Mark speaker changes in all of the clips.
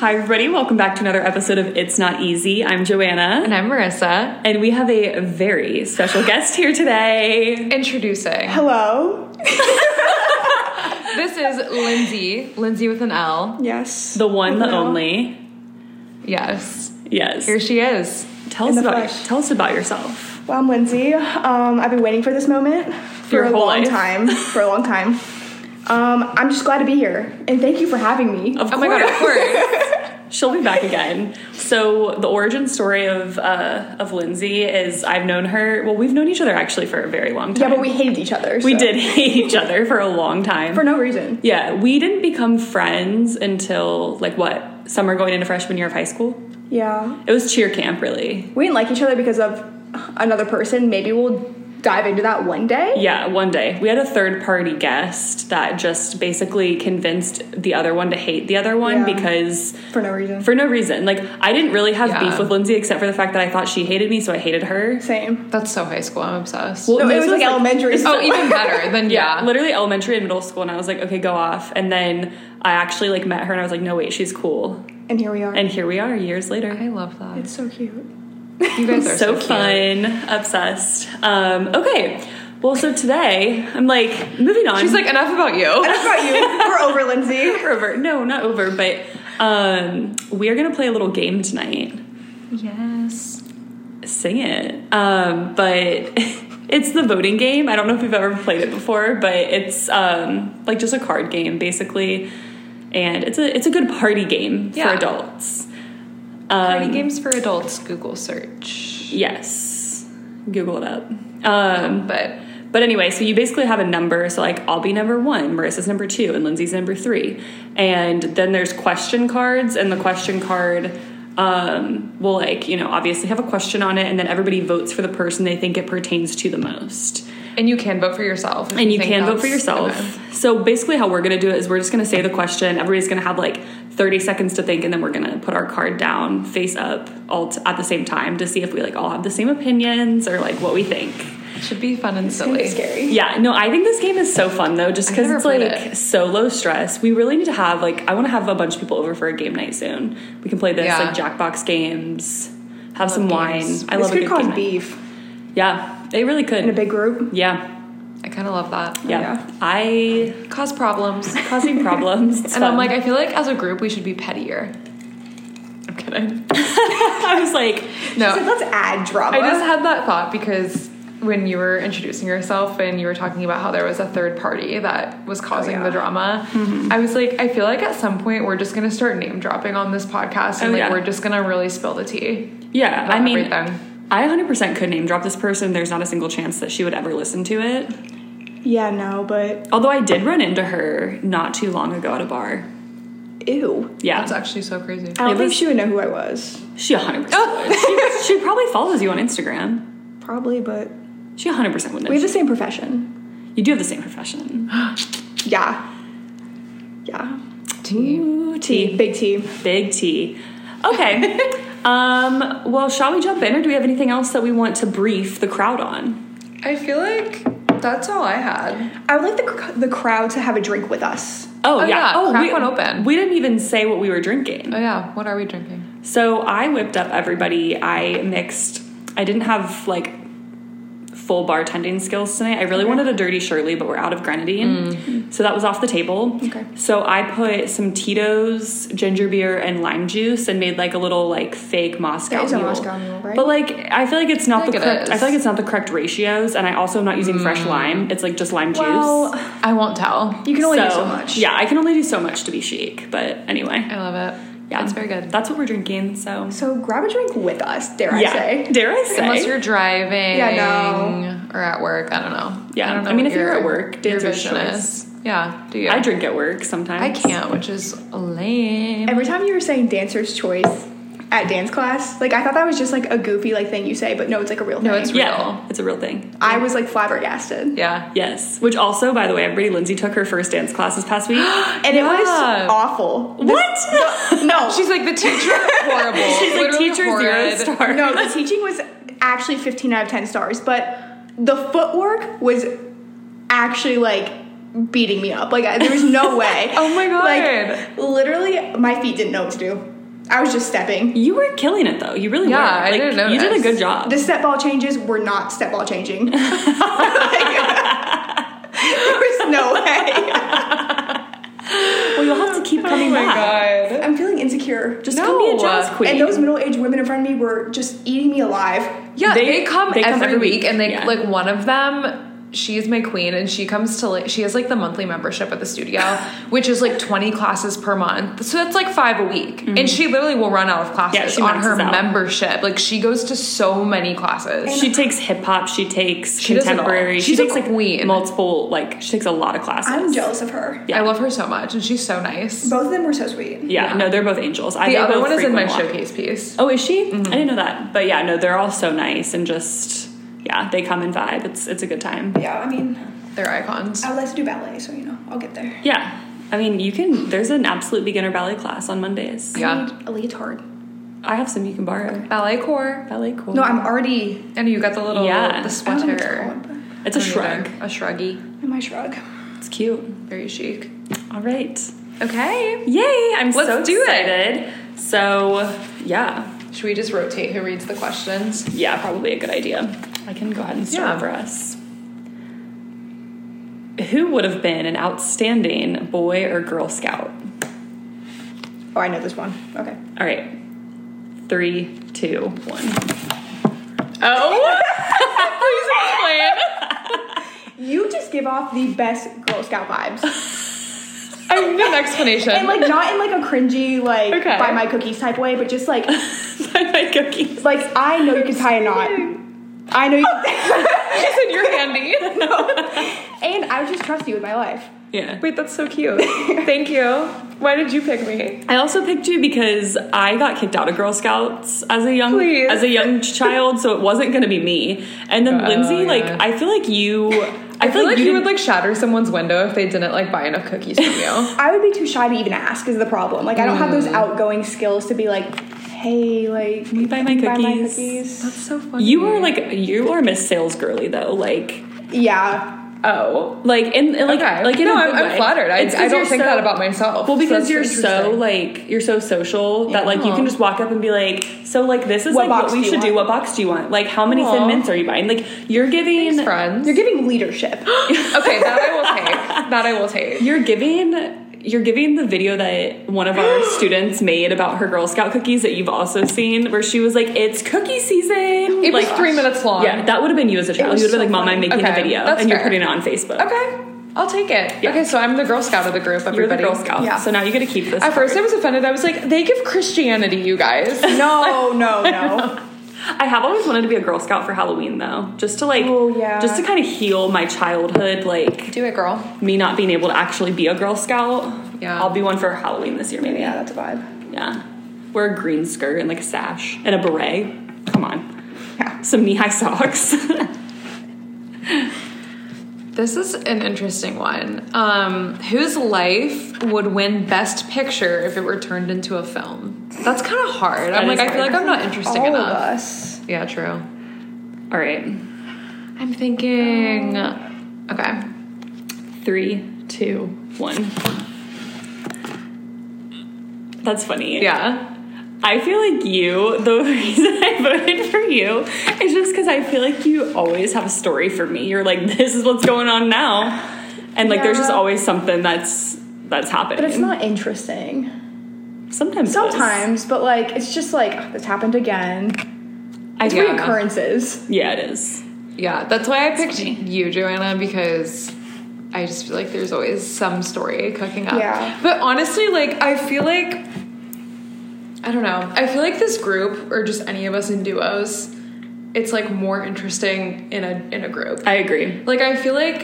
Speaker 1: Hi, everybody. Welcome back to another episode of It's Not Easy. I'm Joanna,
Speaker 2: And I'm Marissa.
Speaker 1: and we have a very special guest here today.
Speaker 2: Introducing.
Speaker 3: Hello.
Speaker 2: This is Lindsay. Lindsay with an L.
Speaker 3: Yes.
Speaker 1: The one, the
Speaker 3: Hello.
Speaker 1: only.
Speaker 2: Yes.
Speaker 1: Yes.
Speaker 2: Here she is.
Speaker 1: tell us
Speaker 3: in the
Speaker 1: about
Speaker 3: flesh.
Speaker 1: tell us about yourself.
Speaker 3: Well, I'm Lindsay. Um, I've been waiting for this moment for
Speaker 1: Your
Speaker 3: a
Speaker 1: whole
Speaker 3: long
Speaker 1: life.
Speaker 3: time. For a long time. Um, I'm just glad to be here, and thank you for having me.
Speaker 1: Of
Speaker 2: Oh my god, of course.
Speaker 1: She'll be back again. So the origin story of uh, of Lindsay is I've known her. Well, we've known each other actually for a very long
Speaker 3: yeah,
Speaker 1: time.
Speaker 3: but we hated each other.
Speaker 1: we
Speaker 3: so-
Speaker 1: did hate each other for a long time.
Speaker 3: for no reason.
Speaker 1: yeah, we didn't become friends until like what summer going into freshman year of high school.
Speaker 3: Yeah,
Speaker 1: It was cheer camp, really.
Speaker 3: we didn't like each other because of another person. Maybe we'll dive into that one day.
Speaker 1: Yeah, one day. We had a third party guest that just basically convinced the other one to hate the other one
Speaker 3: Yeah.
Speaker 1: because
Speaker 3: For no reason.
Speaker 1: for no reason. Like I didn't really have
Speaker 2: Yeah.
Speaker 1: beef with Lindsay except for the fact that I thought she hated me, so I hated her.
Speaker 3: Same.
Speaker 2: That's so high school. I'm obsessed.
Speaker 3: No,
Speaker 1: Well,
Speaker 3: it
Speaker 1: this
Speaker 3: was like elementary.
Speaker 2: oh, even better than yeah.
Speaker 1: Literally elementary and middle school and I was like, "Okay, go off." And then I actually like met her and I was like, "No, wait, she's cool."
Speaker 3: and here we are.
Speaker 1: And here we are years later.
Speaker 2: I love that.
Speaker 3: it's so cute.
Speaker 2: you guys are so,
Speaker 1: So,
Speaker 2: cute.
Speaker 1: fun, obsessed. Um, okay. Well, so today I'm like moving on.
Speaker 2: She's like, enough about you.
Speaker 3: That's about you. We're over, Lindsay.
Speaker 1: over. No, not over, but um, we are going to play a little game tonight.
Speaker 2: Yes.
Speaker 1: Sing it. Um, but it's the voting game. I don't know if you've ever played it before, but it's um, like just a card game, basically. And it's a it's a good party game
Speaker 2: Yeah.
Speaker 1: for adults. Um,
Speaker 2: Party games for adults, Google search.
Speaker 1: Yes, Google it up. Um,
Speaker 2: But
Speaker 1: But anyway, so you basically have a number. So, like, I'll be number one, Marissa's number two, and Lindsay's number three. And then there's question cards, and the question card um, will, like, you know, obviously have a question on it, and then everybody votes for the person they think it pertains to the most.
Speaker 2: and you can vote for yourself. if
Speaker 1: And you
Speaker 2: think
Speaker 1: can vote for
Speaker 2: that's-
Speaker 1: yourself.
Speaker 2: okay.
Speaker 1: So, basically, how we're gonna do it is we're just gonna say the question, everybody's gonna have like 30 seconds to think, and then we're gonna put our card down face up all t- at the same time to see if we like all have the same opinions or like what we think.
Speaker 2: Should be fun and
Speaker 3: Kind
Speaker 2: silly.
Speaker 3: of scary.
Speaker 1: Yeah, no, I think this game is so fun though, just
Speaker 2: I've
Speaker 1: because
Speaker 2: never
Speaker 1: it's like
Speaker 2: played it.
Speaker 1: so low stress. We really need to have like I want to have a bunch of people over for a game night soon. We can play this
Speaker 2: Yeah.
Speaker 1: like Jackbox games, have some
Speaker 2: love
Speaker 1: wine.
Speaker 2: games.
Speaker 1: I
Speaker 3: this
Speaker 1: love a
Speaker 3: could
Speaker 1: good
Speaker 3: cause
Speaker 1: game night.
Speaker 3: beef
Speaker 1: Yeah, they really could.
Speaker 3: in a big group.
Speaker 1: yeah,
Speaker 2: I kind of love that.
Speaker 1: yeah,
Speaker 3: Yeah.
Speaker 1: I
Speaker 2: Cause problems.
Speaker 1: causing problems. It's
Speaker 2: And I'm
Speaker 1: fun.
Speaker 2: like, I feel like as a group we should be pettier. I'm kidding.
Speaker 1: I was like,
Speaker 2: No,
Speaker 3: So let's add drama.
Speaker 2: I just had that thought because when you were introducing yourself and you were talking about how there was a third party that
Speaker 1: Oh,
Speaker 2: was causing
Speaker 3: yeah.
Speaker 2: the drama,
Speaker 1: Mm-hmm.
Speaker 2: I was like, I feel like at some point we're just gonna start name dropping on this podcast and
Speaker 1: Oh,
Speaker 2: like
Speaker 1: yeah.
Speaker 2: we're just gonna really spill the tea.
Speaker 1: yeah.
Speaker 2: about
Speaker 1: I mean,
Speaker 2: everything.
Speaker 1: I 100% could name drop this person. There's not a single chance that she would ever listen to it.
Speaker 3: yeah, no, but
Speaker 1: Although I did run into her not too long ago at a bar.
Speaker 3: ew.
Speaker 1: Yeah,
Speaker 2: That's actually so crazy.
Speaker 3: I don't
Speaker 1: It
Speaker 3: think
Speaker 1: was-
Speaker 3: she would know who I was.
Speaker 1: She 100%
Speaker 2: Oh.
Speaker 1: would. She, she probably follows you on Instagram.
Speaker 3: Probably, but
Speaker 1: She 100% would know.
Speaker 3: we have the same profession.
Speaker 1: you do have the same profession.
Speaker 3: Yeah. Yeah.
Speaker 2: Tea.
Speaker 1: Ooh, T.
Speaker 3: Big T.
Speaker 1: Big T. Okay. um, well, shall we jump in or do we have anything else that we want to brief the crowd on?
Speaker 2: I feel like that's all I had.
Speaker 3: I would like the, cr- the crowd to have a drink with us.
Speaker 1: Oh,
Speaker 2: Oh,
Speaker 1: yeah.
Speaker 2: yeah,
Speaker 1: Oh,
Speaker 2: crack
Speaker 1: we,
Speaker 2: one open.
Speaker 1: We didn't even say what we were drinking.
Speaker 2: Oh yeah, what are we drinking?
Speaker 1: So I whipped up everybody. I mixed. I didn't have like full bartending skills tonight. I really wanted a dirty Shirley, but we're out of grenadine, so that was off the table.
Speaker 3: Mm. Okay.
Speaker 1: So I put some Tito's ginger beer and lime juice and made like a little like fake Moscow
Speaker 3: That is a
Speaker 1: Mule.
Speaker 3: Moscow Mule, right?
Speaker 1: But like I feel like it's not
Speaker 2: I think
Speaker 1: the
Speaker 2: it
Speaker 1: correct. I
Speaker 2: is.
Speaker 1: feel like it's not the correct ratios, and I also am not using fresh lime. It's like just lime
Speaker 3: Mm. Well,
Speaker 1: juice.
Speaker 2: I won't tell.
Speaker 3: You can only do
Speaker 1: So,
Speaker 3: so much.
Speaker 1: Yeah, I can only do so much to be chic. But anyway,
Speaker 2: I love it.
Speaker 1: yeah,
Speaker 2: it's very good.
Speaker 1: That's what we're drinking. So
Speaker 3: So grab a drink with us, dare I say.
Speaker 1: Dare I say?
Speaker 2: Unless you're driving
Speaker 3: Yeah, no.
Speaker 2: or at work, I don't know.
Speaker 1: Yeah,
Speaker 2: I, don't
Speaker 1: I
Speaker 2: know
Speaker 1: mean,
Speaker 2: what
Speaker 1: if you're
Speaker 2: your-
Speaker 1: at work,
Speaker 2: your
Speaker 1: dance or
Speaker 2: vision
Speaker 1: shorts.
Speaker 2: is. Yeah, do you?
Speaker 1: I drink at work sometimes.
Speaker 2: I can't, which is lame.
Speaker 3: Every time you were saying dancer's choice at dance class, like I thought that was just like a goofy like thing you say, but no, it's like a real
Speaker 2: No,
Speaker 3: thing.
Speaker 2: it's real.
Speaker 1: Yeah, it's a real thing.
Speaker 3: I was like flabbergasted.
Speaker 2: Yeah.
Speaker 1: Yes. Which also, by the way, everybody, Lindsay took her first dance class this past week.
Speaker 3: And it was
Speaker 2: Yeah.
Speaker 3: awful.
Speaker 1: what?
Speaker 3: No.
Speaker 2: She's like the teacher horrible.
Speaker 1: She's like
Speaker 2: Literally
Speaker 1: teacher
Speaker 2: horrid.
Speaker 1: zero star.
Speaker 3: No, the teaching was actually 15 out of 10 stars, but the footwork was actually like beating me up. Like I, there was no way.
Speaker 2: Oh my God.
Speaker 3: Like literally, my feet didn't know what to do. I was just stepping.
Speaker 1: You were killing it though. You really
Speaker 2: Yeah,
Speaker 1: were.
Speaker 2: I didn't
Speaker 1: You did a
Speaker 2: notice.
Speaker 1: good job.
Speaker 3: The step ball changes were not step ball changing. like, there was no way.
Speaker 1: well, you'll have to keep coming
Speaker 2: Oh my
Speaker 1: back.
Speaker 2: god.
Speaker 3: I'm feeling insecure.
Speaker 1: Just
Speaker 2: No.
Speaker 1: come be a jazz queen.
Speaker 3: and those middle aged women in front of me were just eating me alive.
Speaker 2: Yeah,
Speaker 1: They-
Speaker 2: they, come
Speaker 1: they come
Speaker 2: every,
Speaker 1: every
Speaker 2: week,
Speaker 1: week,
Speaker 2: and they
Speaker 1: yeah.
Speaker 2: like one of them. She's my queen, and she comes to like she has like the monthly membership at the studio, which is like twenty classes per month. So that's like five a week, and she literally will run out of classes
Speaker 1: Mm-hmm. Yeah, she
Speaker 2: on her
Speaker 1: maxes out.
Speaker 2: membership. Like she goes to so many classes.
Speaker 1: she takes hip hop. She takes
Speaker 2: She does it all.
Speaker 1: contemporary. She
Speaker 2: She's a
Speaker 1: takes like
Speaker 2: queen.
Speaker 1: multiple. Like she takes a lot of classes.
Speaker 3: I'm jealous of her.
Speaker 1: Yeah.
Speaker 2: I love her so much, and she's so nice.
Speaker 3: Both of them were so sweet.
Speaker 1: Yeah,
Speaker 2: Yeah.
Speaker 1: no, they're both angels. I,
Speaker 2: The
Speaker 1: they
Speaker 2: other
Speaker 1: both
Speaker 2: one is in my
Speaker 1: frequent a lot.
Speaker 2: showcase piece.
Speaker 1: Oh, is she?
Speaker 2: Mm-hmm.
Speaker 1: I didn't know that. But yeah, no, they're all so nice and just yeah, they come and vibe. It's it's a good time.
Speaker 3: Yeah, I mean,
Speaker 2: They're icons.
Speaker 1: Oh,
Speaker 3: I would like to do ballet, so you know, I'll get there.
Speaker 1: Yeah. I mean, you can. There's an absolute beginner ballet class on Mondays.
Speaker 2: Yeah.
Speaker 3: I need a leotard.
Speaker 1: I have some you can borrow.
Speaker 2: Ballet core,
Speaker 1: Ballet cool.
Speaker 3: No, I'm already.
Speaker 2: and you got the little
Speaker 1: Yeah.
Speaker 2: the
Speaker 3: I don't know
Speaker 2: sweater.
Speaker 3: what it's called,
Speaker 1: it's a
Speaker 2: I don't
Speaker 1: shrug.
Speaker 2: either. a shruggy,
Speaker 3: but I might shrug.
Speaker 1: It's cute.
Speaker 2: very chic.
Speaker 1: All right.
Speaker 2: Okay,
Speaker 1: Yay! I'm
Speaker 2: Let's
Speaker 1: so
Speaker 2: do it.
Speaker 1: excited. So yeah,
Speaker 2: should we just rotate who reads the questions?
Speaker 1: yeah, probably a good idea. I can go ahead and start
Speaker 2: Yeah.
Speaker 1: for us. Who would have been an outstanding boy or girl scout?
Speaker 3: Oh, I know this one. Okay.
Speaker 1: All right. Three, two, one.
Speaker 2: Oh, please explain.
Speaker 3: You just give off the best Girl Scout vibes,
Speaker 2: I need an explanation.
Speaker 3: and like not in like a cringy like
Speaker 2: Okay.
Speaker 3: buy my cookies type way, but just like
Speaker 1: Bye bye cookies.
Speaker 3: like I know you can tie a knot. I know you,
Speaker 2: she said you're handy.
Speaker 3: and I just trust you with my life.
Speaker 1: Yeah.
Speaker 2: Wait, that's so cute. Thank you. Why did you pick me?
Speaker 1: I also picked you because I got kicked out of Girl Scouts as a young
Speaker 2: Please.
Speaker 1: as a young child, so it wasn't going to be me. And then
Speaker 2: Oh,
Speaker 1: Lindsay, like
Speaker 2: yeah.
Speaker 1: I feel like you,
Speaker 2: I feel like you, would
Speaker 1: didn't-
Speaker 2: like shatter someone's window if they didn't like buy enough cookies from you.
Speaker 3: I would be too shy to even ask is the problem. Like I don't have those outgoing skills to be like, hey, like can
Speaker 1: you buy my
Speaker 3: you
Speaker 1: cookies?"
Speaker 2: that's so funny.
Speaker 1: you are like you are Miss Sales Girly though, like
Speaker 3: Yeah,
Speaker 2: oh
Speaker 1: like in in, like
Speaker 2: okay.
Speaker 1: like in
Speaker 2: no,
Speaker 1: a
Speaker 2: I'm,
Speaker 1: good
Speaker 2: I'm
Speaker 1: way.
Speaker 2: flattered. I,
Speaker 1: It's 'cause
Speaker 2: I don't
Speaker 1: you're
Speaker 2: think
Speaker 1: so-
Speaker 2: that about myself.
Speaker 1: Well,
Speaker 2: so
Speaker 1: because
Speaker 2: Oh, that's
Speaker 1: you're so
Speaker 2: interesting.
Speaker 1: like you're so social that like you can just walk up and be like, so like this is
Speaker 3: What
Speaker 1: like what
Speaker 3: box
Speaker 1: we
Speaker 3: do you
Speaker 1: should do.
Speaker 3: want?"
Speaker 1: What box do you want? Like how many
Speaker 2: Aw.
Speaker 1: thin mints are you buying? Like you're giving
Speaker 2: Thanks, friends.
Speaker 3: you're giving leadership.
Speaker 2: okay, that I will take. That I will take.
Speaker 1: You're giving you're giving the video that one of our students made about her Girl Scout cookies that you've also seen, where she was like, "It's cookie season."
Speaker 2: It
Speaker 1: like,
Speaker 2: was three minutes long.
Speaker 1: Oh Yeah, that would have been you as a child.
Speaker 3: was
Speaker 1: You would have been
Speaker 3: so
Speaker 1: like, "Mom, I'm
Speaker 3: funny."
Speaker 1: making a
Speaker 2: Okay,
Speaker 1: video,"
Speaker 2: that's
Speaker 1: and you're
Speaker 2: fair.
Speaker 1: putting it on Facebook.
Speaker 2: Okay, I'll take it.
Speaker 1: Yeah.
Speaker 2: Okay, so I'm the Girl Scout of the group.
Speaker 1: You're the
Speaker 2: Everybody,
Speaker 1: Girl Scout,
Speaker 3: Yeah.
Speaker 1: so now you get to keep this.
Speaker 2: At first, I was offended. I was like, they give Christianity, you guys.
Speaker 3: No, no, no.
Speaker 1: I have always wanted to be a Girl Scout for Halloween, though, just to like,
Speaker 3: Oh, yeah.
Speaker 1: just to kind of heal my childhood, like
Speaker 2: Do it, girl.
Speaker 1: me not being able to actually be a Girl Scout.
Speaker 2: Yeah.
Speaker 1: I'll be one for Halloween this year, maybe.
Speaker 3: yeah, that's a vibe.
Speaker 1: Yeah. Wear a green skirt and like a sash and a beret. Come on.
Speaker 3: Yeah.
Speaker 1: Some knee high socks.
Speaker 2: This is an interesting one. Um, whose life would win Best Picture if it were turned into a film? That's kind of hard.
Speaker 1: That
Speaker 2: I'm like,
Speaker 1: is
Speaker 2: I feel
Speaker 1: hard.
Speaker 2: like I'm not interesting
Speaker 3: All
Speaker 2: enough.
Speaker 3: of us.
Speaker 2: Yeah, true.
Speaker 1: All right.
Speaker 2: I'm thinking. Okay.
Speaker 1: Three, two, one. That's funny.
Speaker 2: Yeah.
Speaker 1: I feel like you, the reason I voted for you is just because I feel like you always have a story for me. You're like, this is what's going on now. And like, there's just
Speaker 3: Yeah.
Speaker 1: always something that's that's happening.
Speaker 3: But it's not interesting.
Speaker 1: Sometimes. it is.
Speaker 3: Sometimes, but like it's just like "Ugh, this happened again.
Speaker 1: I
Speaker 3: It's
Speaker 1: feel
Speaker 2: Yeah.
Speaker 3: reoccurrences.
Speaker 1: Yeah, it is.
Speaker 2: Yeah. That's why I picked
Speaker 1: funny.
Speaker 2: you, Joanna, because I just feel like there's always some story cooking up.
Speaker 3: Yeah.
Speaker 2: But honestly, like, I feel like. I don't know. I feel like this group, or just any of us in duos, it's like more interesting in a in a group.
Speaker 1: I agree.
Speaker 2: Like I feel like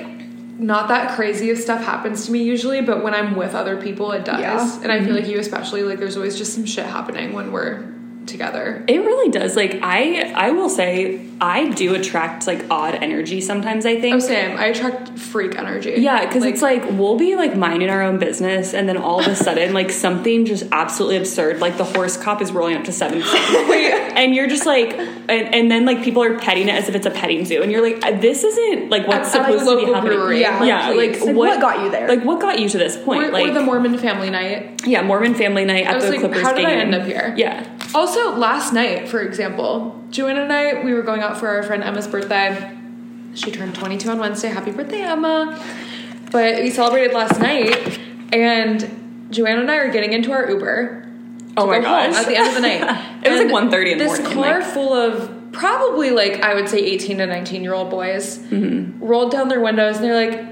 Speaker 2: not that crazy of stuff happens to me usually, but when I'm with other people, it does.
Speaker 3: Yeah.
Speaker 2: And I feel like you especially, like there's always just some shit happening when we're together.
Speaker 1: It really does. Like I, I will say, I do attract like odd energy sometimes. I think.
Speaker 2: Oh, same. I attract freak energy.
Speaker 1: Yeah, because it's like we'll be like minding our own business, and then all of a sudden, like something just absolutely absurd, like the horse cop is rolling up to seven, and you're just like, and, and then like people are petting it as if it's a petting zoo, and you're like, "Uh, this isn't like what's
Speaker 2: At- at, like,
Speaker 1: supposed to be
Speaker 2: local
Speaker 1: happening.
Speaker 2: brewery.
Speaker 1: Yeah, yeah,
Speaker 2: Like,
Speaker 1: like,
Speaker 2: please.
Speaker 3: Like, what got you there?
Speaker 1: Like what got you to this point?
Speaker 2: or,
Speaker 1: like
Speaker 2: or the Mormon family night.
Speaker 1: yeah, Mormon family night at
Speaker 2: was
Speaker 1: the
Speaker 2: like,
Speaker 1: Clippers
Speaker 2: how did
Speaker 1: game.
Speaker 2: I end up here?
Speaker 1: Yeah,
Speaker 2: Also, last night, for example, Joanna and I, we were going out for our friend Emma's birthday. She turned 22 on Wednesday. Happy birthday, Emma. But we celebrated last night, and Joanna and I are getting into our Uber. to
Speaker 1: Oh my
Speaker 2: go home
Speaker 1: gosh.
Speaker 2: At the end of the night.
Speaker 1: It was like
Speaker 2: And
Speaker 1: 1:30 in the
Speaker 2: This
Speaker 1: morning,
Speaker 2: car
Speaker 1: like-
Speaker 2: full of probably, like, I would say 18 to 19 year old boys
Speaker 1: Mm-hmm.
Speaker 2: rolled down their windows, and they're like,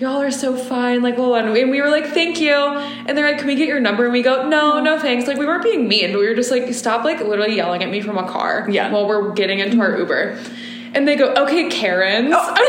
Speaker 2: Y'all are so fine, like, blah, blah, blah. and we were like, thank you. And they're like, can we get your number? And we go, no, no, thanks. Like, we weren't being mean, but we were just like, stop, like, literally yelling at me from a car
Speaker 1: Yeah. Mm-hmm.
Speaker 2: while we're getting into our Uber. And they go, okay, Karen's.
Speaker 1: Oh.
Speaker 2: I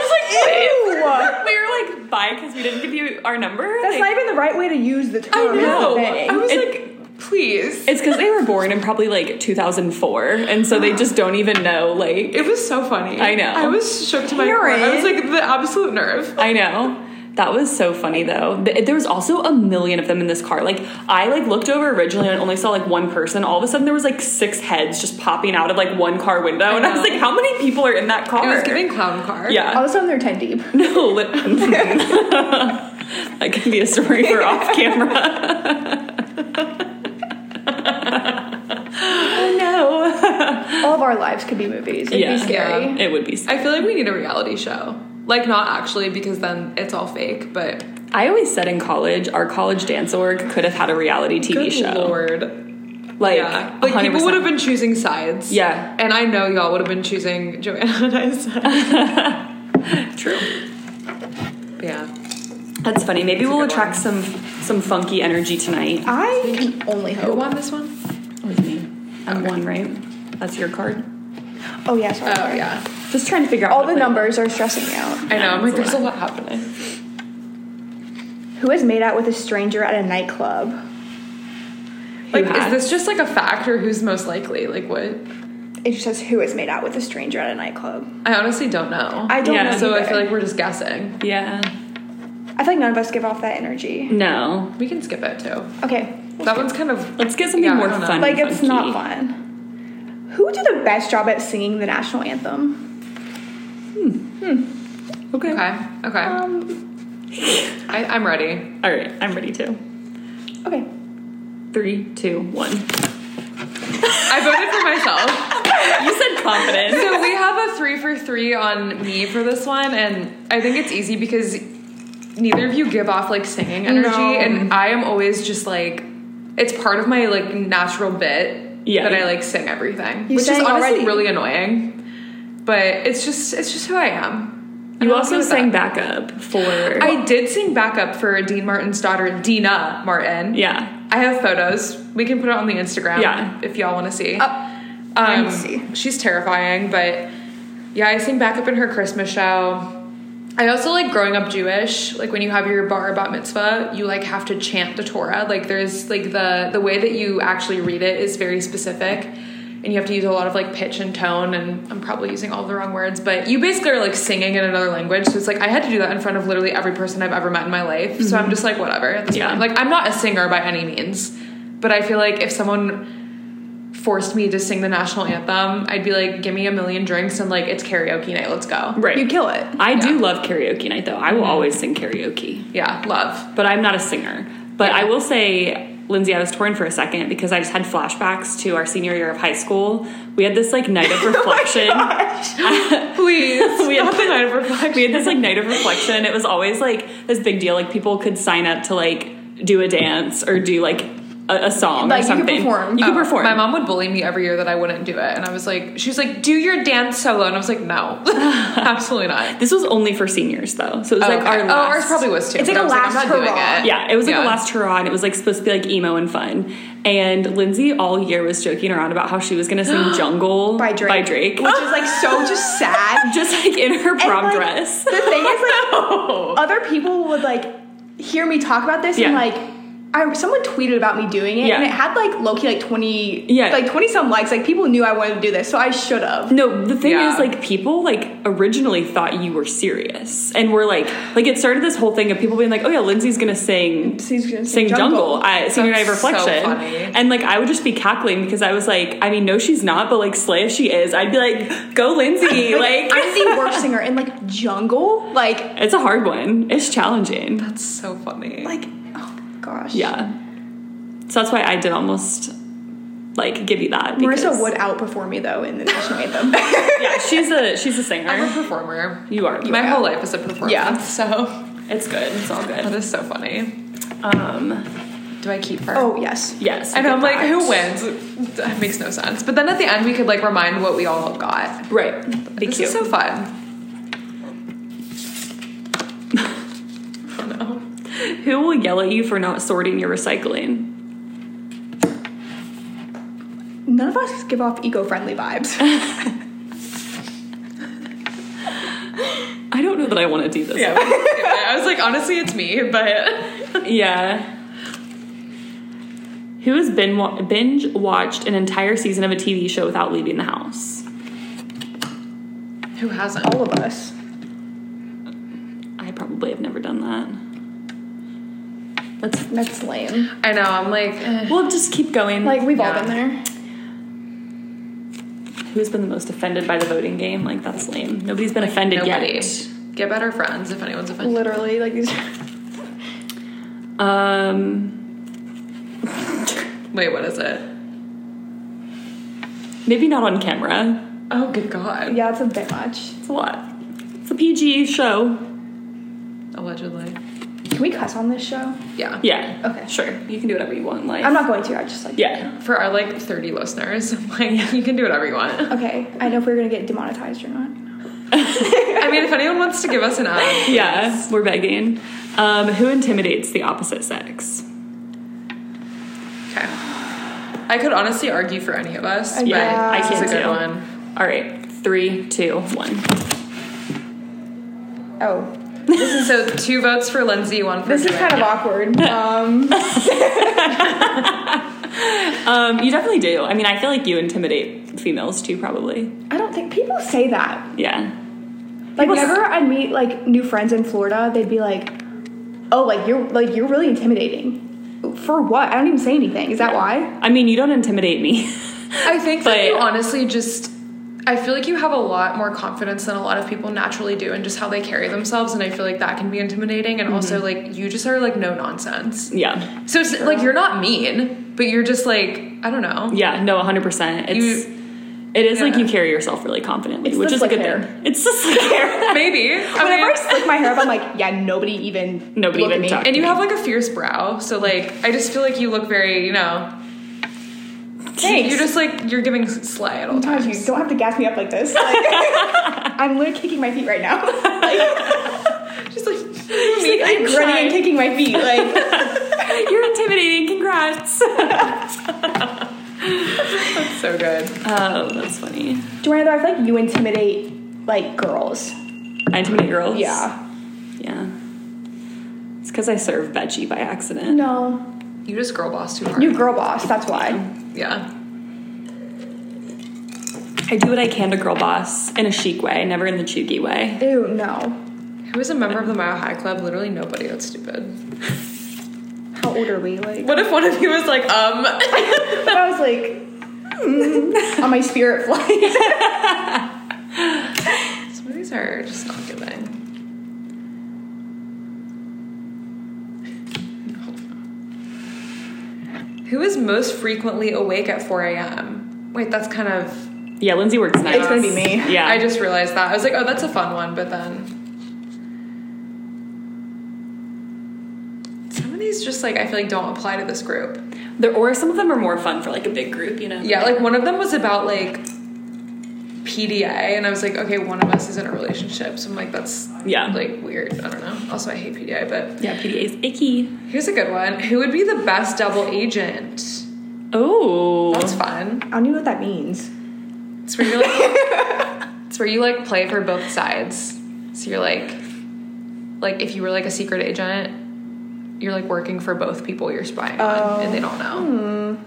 Speaker 2: was
Speaker 1: we were
Speaker 2: like, wait.
Speaker 1: like bye because we didn't give you our number.
Speaker 3: That's
Speaker 1: like-
Speaker 3: not even the right way to use the
Speaker 2: I
Speaker 3: term. is the
Speaker 2: know.
Speaker 3: thing.
Speaker 2: I was
Speaker 1: It-
Speaker 2: like, please.
Speaker 1: It's because they were born in probably like 2004, and so they just don't even know. Like,
Speaker 2: It was so funny.
Speaker 1: I know.
Speaker 2: I was shook to my core. I was like, the absolute nerve.
Speaker 1: I know that was so funny though. Th- There was also a million of them in this car. Like, I like looked over originally and only saw like one person. All of a sudden, there was like six heads just popping out of like one car window, and I was
Speaker 2: know.
Speaker 1: like, how many people are in that car?
Speaker 2: It was giving clown car.
Speaker 1: yeah.
Speaker 3: All of a sudden, they're ten deep.
Speaker 1: No, li- that could be a story for off camera. oh no.
Speaker 3: All of our lives could be movies. It'd
Speaker 1: Yeah.
Speaker 3: be scary.
Speaker 2: Yeah.
Speaker 1: It would be. Scary.
Speaker 2: I feel like we need a reality show. Like, not actually, because then it's all fake, but
Speaker 1: I always said in college, our college dance org could have had a reality TV
Speaker 2: good
Speaker 1: show.
Speaker 2: lord.
Speaker 1: Like,
Speaker 2: Yeah. Like people
Speaker 1: 100%.
Speaker 2: would have been choosing sides.
Speaker 1: Yeah.
Speaker 2: And I know y'all would have been choosing Joanna and I's side.
Speaker 1: true.
Speaker 2: But yeah.
Speaker 1: That's funny. Maybe
Speaker 2: a
Speaker 1: we'll
Speaker 2: good
Speaker 1: attract some some funky energy tonight.
Speaker 3: I can only
Speaker 2: Who
Speaker 3: hope.
Speaker 2: won this one?
Speaker 1: With me, I'm one, right? That's your card.
Speaker 3: Oh yeah, sorry.
Speaker 2: Oh
Speaker 3: sorry.
Speaker 2: yeah.
Speaker 1: Just trying to figure out
Speaker 3: All
Speaker 1: how to
Speaker 3: the
Speaker 1: play.
Speaker 3: numbers are stressing me out.
Speaker 2: I know. I'm like,
Speaker 1: That's
Speaker 2: there's
Speaker 1: a
Speaker 2: a lot happening.
Speaker 3: Who has made out with a stranger at a nightclub?
Speaker 2: Like,
Speaker 1: has?
Speaker 2: is this just like a fact or who's most likely? Like, what?
Speaker 3: It just says who has made out with a stranger at a nightclub.
Speaker 2: I honestly don't know.
Speaker 3: I don't
Speaker 1: Yeah,
Speaker 3: know.
Speaker 2: so I
Speaker 3: either.
Speaker 2: feel like we're just guessing.
Speaker 1: Yeah.
Speaker 3: I feel like none of us give off that energy.
Speaker 1: No.
Speaker 2: We can skip it too.
Speaker 3: Okay,
Speaker 2: That one's kind of.
Speaker 1: Let's get something
Speaker 2: Yeah, I
Speaker 1: more
Speaker 2: don't know.
Speaker 1: fun.
Speaker 3: like
Speaker 1: and
Speaker 3: it's not
Speaker 1: funky.
Speaker 3: fun. Who did the best job at singing the national anthem?
Speaker 1: Okay.
Speaker 2: Okay. Okay.
Speaker 3: Um,
Speaker 2: I, I'm ready.
Speaker 1: All right. I'm ready to.
Speaker 3: okay.
Speaker 1: Three, two, one.
Speaker 2: I voted for myself.
Speaker 1: You said confident.
Speaker 2: So we have a three for three on me for this one, and I think it's easy because neither of you give off like singing energy,
Speaker 3: No.
Speaker 2: and I am always just like it's part of my like natural bit
Speaker 1: Yeah.
Speaker 2: that I like sing everything,
Speaker 3: You
Speaker 2: which is
Speaker 3: sang
Speaker 2: honestly
Speaker 3: already.
Speaker 2: really annoying. But it's just it's just who I am.
Speaker 1: You
Speaker 2: I'm
Speaker 1: also
Speaker 2: okay with
Speaker 1: sang
Speaker 2: that.
Speaker 1: backup for.
Speaker 2: I did sing backup for Dean Martin's daughter, Dina Martin.
Speaker 1: yeah.
Speaker 2: I have photos. We can put it on the Instagram
Speaker 1: Yeah. Um,
Speaker 2: if y'all want to see.
Speaker 3: Uh, I
Speaker 2: Um,
Speaker 3: need to see.
Speaker 2: She's terrifying, but yeah, I sing back up in her Christmas show. I also like growing up Jewish. Like when you have your bar bat mitzvah, you like have to chant the Torah. Like there's like the the way that you actually read it is very specific, and you have to use a lot of like pitch and tone. And I'm probably using all the wrong words, but you basically are like singing in another language. So it's like I had to do that in front of literally every person I've ever met in my life. So I'm just like whatever. At this
Speaker 1: Yeah.
Speaker 2: point. Like I'm not a singer by any means, but I feel like if someone forced me to sing the national anthem, I'd be like, give me a million drinks and like, it's karaoke night, let's go.
Speaker 1: Right.
Speaker 3: You kill it.
Speaker 1: I do love karaoke night though. I will always sing karaoke.
Speaker 2: Yeah, love.
Speaker 1: but I'm not a singer. But
Speaker 2: Yeah.
Speaker 1: I will say, Lindsay, I was torn for a second because I just had flashbacks to our senior year of high school. We had this like night of
Speaker 2: Oh
Speaker 1: reflection.
Speaker 2: Please.
Speaker 1: we had
Speaker 2: the night of reflection.
Speaker 1: we had this like night of reflection. It was always like this big deal. Like people could sign up to like do a dance or do like a, a song
Speaker 3: Like,
Speaker 1: or
Speaker 3: you could
Speaker 1: something.
Speaker 3: perform.
Speaker 1: You could
Speaker 2: Oh,
Speaker 1: perform.
Speaker 2: My mom would bully me every year that I wouldn't do it. And I was like, she was like, do your dance solo. And I was like, no, absolutely not.
Speaker 1: This was only for seniors though, so it was like
Speaker 2: Okay.
Speaker 1: our last.
Speaker 2: oh, ours probably was too.
Speaker 3: It's like
Speaker 2: but I
Speaker 3: a
Speaker 2: was
Speaker 3: last
Speaker 2: I'm not doing
Speaker 3: hurrah.
Speaker 2: it.
Speaker 1: Yeah, it was like the last hurrah, and it was like supposed to be like emo and fun. And Lindsay all year was joking around about how she was going to sing "Jungle"
Speaker 3: By Drake.
Speaker 1: By Drake.
Speaker 2: Oh,
Speaker 3: Which is like so just sad.
Speaker 1: just like in her
Speaker 3: And,
Speaker 1: prom
Speaker 3: like, oh.
Speaker 1: dress.
Speaker 3: The thing is, like, other people would like hear me talk about this
Speaker 1: Yeah.
Speaker 3: and like, I, someone tweeted about me doing it,
Speaker 1: Yeah.
Speaker 3: and it had like Loki like twenty,
Speaker 1: Yeah.
Speaker 3: like twenty some likes. Like people knew I wanted to do this, so I should have.
Speaker 1: No, the thing
Speaker 2: Yeah.
Speaker 1: is, like, people like originally thought you were serious, and were like, like it started this whole thing of people being like, "Oh yeah, Lindsay's gonna sing,
Speaker 3: She's gonna
Speaker 1: sing
Speaker 3: sing
Speaker 1: Jungle,
Speaker 3: Jungle.
Speaker 1: at Senior Night
Speaker 2: That's so
Speaker 1: Reflection,"
Speaker 2: funny.
Speaker 1: and like I would just be cackling because I was like, I mean, no, she's not, but like, slay if she is, I'd be like, go Lindsay, like,
Speaker 3: I'm the worst singer in like jungle, like
Speaker 1: it's a hard one, it's challenging,
Speaker 2: That's so funny.
Speaker 3: like oh gosh,
Speaker 1: yeah. So that's why I did almost like give you that. because-
Speaker 3: Marissa would outperform me though in the national anthem.
Speaker 1: yeah, she's a she's a
Speaker 2: I'm a
Speaker 1: singer.
Speaker 2: performer.
Speaker 1: You are,
Speaker 2: My
Speaker 3: Yeah.
Speaker 2: whole life is a performance.
Speaker 3: Yeah.
Speaker 2: So
Speaker 1: it's good, it's all
Speaker 2: that
Speaker 1: good.
Speaker 2: is so funny.
Speaker 1: Um,
Speaker 2: Do I keep her?
Speaker 3: oh yes,
Speaker 1: yes,
Speaker 2: I know. I'm like,
Speaker 1: good
Speaker 2: who
Speaker 1: vibes.
Speaker 2: wins? That makes no sense. But then at the end, we could like remind what we all got.
Speaker 1: Right. Be
Speaker 2: this
Speaker 1: cute.
Speaker 2: is so fun. no.
Speaker 1: Who will yell at you for not sorting your recycling?
Speaker 3: none of us give off eco-friendly vibes.
Speaker 1: I don't know that I want to do this.
Speaker 2: Yeah. I was like, honestly, it's me, but
Speaker 1: Yeah. Who has been wa- binge watched an entire season of a TV show without leaving the house?
Speaker 2: who hasn't?
Speaker 3: All of us.
Speaker 1: I probably have never done that. That's
Speaker 3: That's lame.
Speaker 2: I know. I'm like, eh.
Speaker 1: we'll just keep going.
Speaker 3: Like we've all
Speaker 2: Yeah.
Speaker 3: been there.
Speaker 1: who's been the most offended by the voting game? Like that's lame. Nobody's been offended
Speaker 2: nobody.
Speaker 1: yet.
Speaker 2: Get better friends if anyone's offended.
Speaker 3: Literally, like these.
Speaker 1: Um,
Speaker 2: Wait, what is it?
Speaker 1: maybe not on camera.
Speaker 2: Oh, good God.
Speaker 3: Yeah, it's a bit much.
Speaker 1: It's a lot. It's a PG show.
Speaker 2: Allegedly.
Speaker 3: Can we cuss on this show?
Speaker 2: Yeah.
Speaker 1: Yeah.
Speaker 3: Okay.
Speaker 1: Sure. You can do whatever you want in life.
Speaker 3: I'm not going to. I just like.
Speaker 1: Yeah.
Speaker 2: For our like 30 listeners, I'm like, you can do whatever you want.
Speaker 3: Okay, I know if we're gonna get demonetized or not.
Speaker 2: I mean, if anyone wants to give us an ad,
Speaker 1: Yeah, we're begging. Um, who intimidates the opposite sex?
Speaker 2: okay. I could honestly argue for any of us,
Speaker 3: I-
Speaker 2: but
Speaker 3: yeah.
Speaker 1: I
Speaker 2: this is
Speaker 1: can
Speaker 2: a good
Speaker 1: too.
Speaker 2: one.
Speaker 1: All right, three, two, one.
Speaker 3: Oh,
Speaker 2: So two votes for Lindsay, one for
Speaker 3: this is kind of awkward. Um,
Speaker 1: Um, you definitely do. I mean, I feel like you intimidate females too, probably.
Speaker 3: I don't think people say that.
Speaker 1: Yeah.
Speaker 3: Like,
Speaker 1: People s-
Speaker 3: whenever I meet like new friends in Florida, they'd be like, "Oh, like you're like you're really intimidating." For what? I don't even say anything. Is that why?
Speaker 1: I mean, you don't intimidate me.
Speaker 2: I think
Speaker 1: But-
Speaker 2: that you honestly just I feel like you have a lot more confidence than a lot of people naturally do and just how they carry themselves and I feel like that can be intimidating and also like you just are like no nonsense.
Speaker 1: yeah.
Speaker 2: So it's like you're not mean, but you're just like I don't know.
Speaker 1: Yeah. No, hundred percent. It's
Speaker 2: You-
Speaker 1: it is like
Speaker 2: yeah.
Speaker 1: you carry yourself really confidently,
Speaker 3: It's
Speaker 1: which
Speaker 3: the
Speaker 1: is a good
Speaker 3: slick hair.
Speaker 1: thing. It's the slick hair.
Speaker 2: Maybe. I mean,
Speaker 3: Whenever I slick my hair up, I'm like, "Yeah, nobody even
Speaker 1: Oh, Nobody
Speaker 3: look at
Speaker 1: even
Speaker 3: me."
Speaker 1: talk.
Speaker 2: and you have like a fierce brow, so like I just feel like you look very, you know,
Speaker 3: Thanks.
Speaker 2: you're just like you're giving sly at all
Speaker 3: Sometimes
Speaker 2: times.
Speaker 3: you don't have to gas me up like this. Like, I'm literally kicking my feet right now. like,
Speaker 2: Just like
Speaker 3: just, like, I'm running and kicking my feet. Like,
Speaker 1: You're intimidating. Congrats.
Speaker 2: that's so good.
Speaker 1: Oh, that's funny.
Speaker 3: Joanna, though, I feel like you intimidate like girls.
Speaker 1: I intimidate girls.
Speaker 3: Yeah.
Speaker 1: Yeah. It's because I serve veggie by accident.
Speaker 3: No.
Speaker 2: You just girl boss too hard.
Speaker 3: You girl boss. That's why.
Speaker 2: yeah.
Speaker 1: I do what I can to girl boss in a chic way, never in the choogy way.
Speaker 3: Ew. No.
Speaker 2: Who is a member of the Mile High Club? Literally nobody. That's stupid.
Speaker 3: How old are we? Like,
Speaker 2: What if one of you was like, um,
Speaker 3: but I was like, hmm, on my spirit flight.
Speaker 2: some of these are just not giving. Who is most frequently awake at 4 a.m.? Wait, that's kind of.
Speaker 1: Yeah, Lindsay works nights.
Speaker 3: It's gonna be me.
Speaker 1: Yeah,
Speaker 2: I just realized that. I was like, oh, that's a fun one, but then. Some of these just like, I feel like don't apply to this group.
Speaker 1: there or some of them are more fun for like a big group, you know.
Speaker 2: Yeah, like one of them was about like PDA, and I was like, okay, one of us is in a relationship, so I'm like, that's
Speaker 1: Yeah.
Speaker 2: like weird. I don't know. Also, I hate PDA, but
Speaker 1: yeah. PDA is icky.
Speaker 2: here's a good one. Who would be the best double agent?
Speaker 1: Oh,
Speaker 2: That's fun.
Speaker 3: I don't even know what that means.
Speaker 2: It's where you like, it's where you like play for both sides. So you're like, like if you were like a secret agent, you're like working for both people you're spying
Speaker 3: Oh.
Speaker 2: on, and they don't know.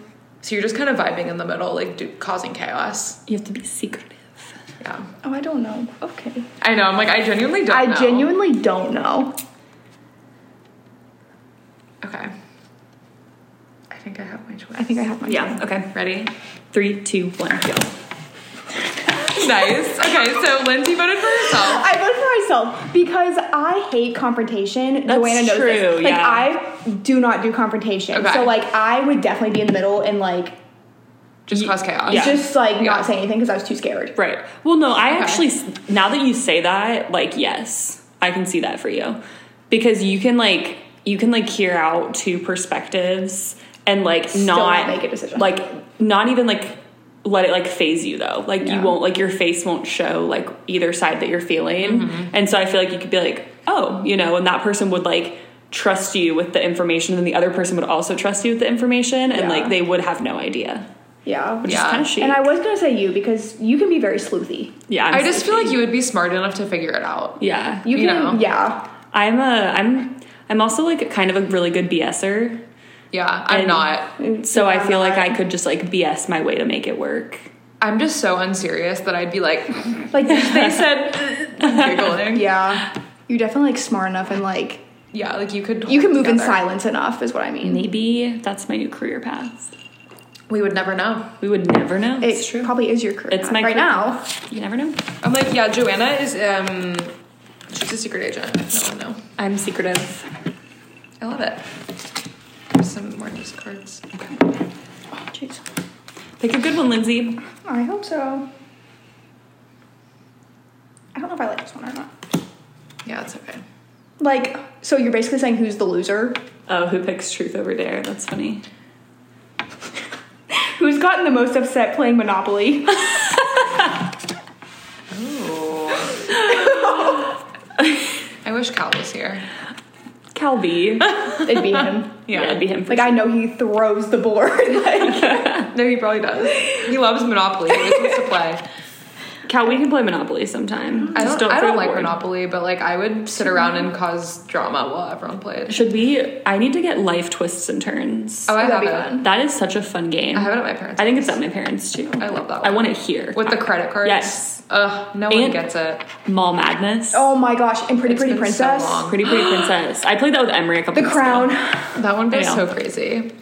Speaker 2: So you're just kind of vibing in the middle, like do, causing chaos.
Speaker 1: You have to be secretive.
Speaker 2: Yeah,
Speaker 3: Oh, I don't know. Okay.
Speaker 2: I know. I'm like, I genuinely don't.
Speaker 3: I
Speaker 2: know.
Speaker 3: genuinely don't know.
Speaker 2: Okay. I think I have my choice.
Speaker 3: I think I have my
Speaker 1: Yeah. Okay.
Speaker 2: Ready?
Speaker 1: Three, two, one, go.
Speaker 2: nice. Okay, so Lindsay voted for herself.
Speaker 3: I voted for myself because I hate confrontation.
Speaker 1: That's
Speaker 3: Joanna knows this.
Speaker 1: true,
Speaker 3: Like
Speaker 1: yeah.
Speaker 3: I do not do confrontation.
Speaker 2: Okay.
Speaker 3: So like I would definitely be in the middle and like
Speaker 2: Just
Speaker 1: Ye-
Speaker 2: cause chaos.
Speaker 1: Yeah.
Speaker 3: just like
Speaker 2: Yeah.
Speaker 3: not say anything because I was too scared.
Speaker 1: Right. Well, no, I
Speaker 2: Okay.
Speaker 1: actually, now that you say that, like, yes, I can see that for you. Because you can, like, you can, like, hear out two perspectives and, like,
Speaker 3: Still
Speaker 1: not
Speaker 3: not make a decision.
Speaker 1: Like, not even, like, let it, like, phase you, though. Like, you
Speaker 2: Yeah.
Speaker 1: won't, like, your face won't show, like, either side that you're feeling.
Speaker 3: Mm-hmm.
Speaker 1: And so I feel like you could be like, oh, you know, and that person would, like, trust you with the information and the other person would also trust you with the information and
Speaker 3: Yeah.
Speaker 1: like they would have no idea
Speaker 3: Yeah.
Speaker 1: which
Speaker 2: Yeah.
Speaker 1: is kind of shit
Speaker 3: And I was gonna say you because you can be very sleuthy.
Speaker 1: yeah I'm
Speaker 2: I just feel
Speaker 1: sleepy.
Speaker 2: like you would be smart enough to figure it out.
Speaker 1: yeah
Speaker 3: You
Speaker 2: You
Speaker 3: can
Speaker 2: know.
Speaker 3: yeah.
Speaker 1: I'm a I'm I'm also like kind of a really good BSer.
Speaker 2: Yeah, I'm
Speaker 1: And-
Speaker 2: not.
Speaker 1: So I feel like
Speaker 3: I.
Speaker 1: I could just like BS my way to make it work.
Speaker 2: I'm just so unserious that I'd be like,
Speaker 3: Like
Speaker 2: they said, giggling.
Speaker 3: yeah, you're definitely like smart enough and like
Speaker 2: Yeah, like you could.
Speaker 3: you
Speaker 2: hold
Speaker 3: can move in
Speaker 2: together.
Speaker 3: silence enough is what I mean.
Speaker 1: Maybe that's my new career path.
Speaker 2: We would never know.
Speaker 1: We would never know.
Speaker 3: It probably is your career.
Speaker 1: It's
Speaker 3: path
Speaker 1: my
Speaker 3: right
Speaker 1: career
Speaker 3: now.
Speaker 1: you never know.
Speaker 2: I'm like, yeah, Joanna is. um She's a secret agent. No one know.
Speaker 1: I'm secretive.
Speaker 2: I love it. Some more discards. Okay.
Speaker 3: Jeez.
Speaker 1: Pick a good one, Lindsay.
Speaker 3: I hope so. I don't know if I like this one or not.
Speaker 2: Yeah, it's okay.
Speaker 3: Like, so you're basically saying who's the loser?
Speaker 1: Oh, who picks truth over dare? That's funny.
Speaker 3: Who's gotten the most upset playing Monopoly?
Speaker 2: Ooh. I wish Cal was here.
Speaker 1: Calby. yeah,
Speaker 3: It'd be him.
Speaker 1: it'd be him. For
Speaker 3: Like, I know he throws the board. like,
Speaker 2: No, he probably does. He loves Monopoly. He always wants to play.
Speaker 1: sure. Cal, we can play Monopoly sometime.
Speaker 2: I
Speaker 1: Just
Speaker 2: don't, I
Speaker 1: throw
Speaker 2: don't
Speaker 1: the
Speaker 2: like
Speaker 1: board.
Speaker 2: Monopoly, but like I would sit around and cause drama while everyone played.
Speaker 1: Should we? I need to get life twists and turns.
Speaker 2: Oh, I
Speaker 3: That'd
Speaker 2: have
Speaker 3: be
Speaker 2: it.
Speaker 3: fun.
Speaker 1: that is such a fun game.
Speaker 2: I have it at my parents'
Speaker 1: I think it's at my parents too.
Speaker 2: I love that
Speaker 1: I
Speaker 2: one.
Speaker 1: want it here
Speaker 2: With the credit cards.
Speaker 1: Yes.
Speaker 2: Ugh, no one
Speaker 1: And-
Speaker 2: gets it.
Speaker 1: Mall Madness.
Speaker 3: oh my gosh, and Pretty
Speaker 2: It's
Speaker 3: Pretty
Speaker 2: been so
Speaker 3: Princess.
Speaker 2: long.
Speaker 1: Pretty Pretty Princess. I played that with Emery a couple
Speaker 3: the
Speaker 1: weeks
Speaker 3: Crown.
Speaker 1: ago.
Speaker 2: That one goes
Speaker 1: I
Speaker 2: so
Speaker 1: know.
Speaker 2: crazy.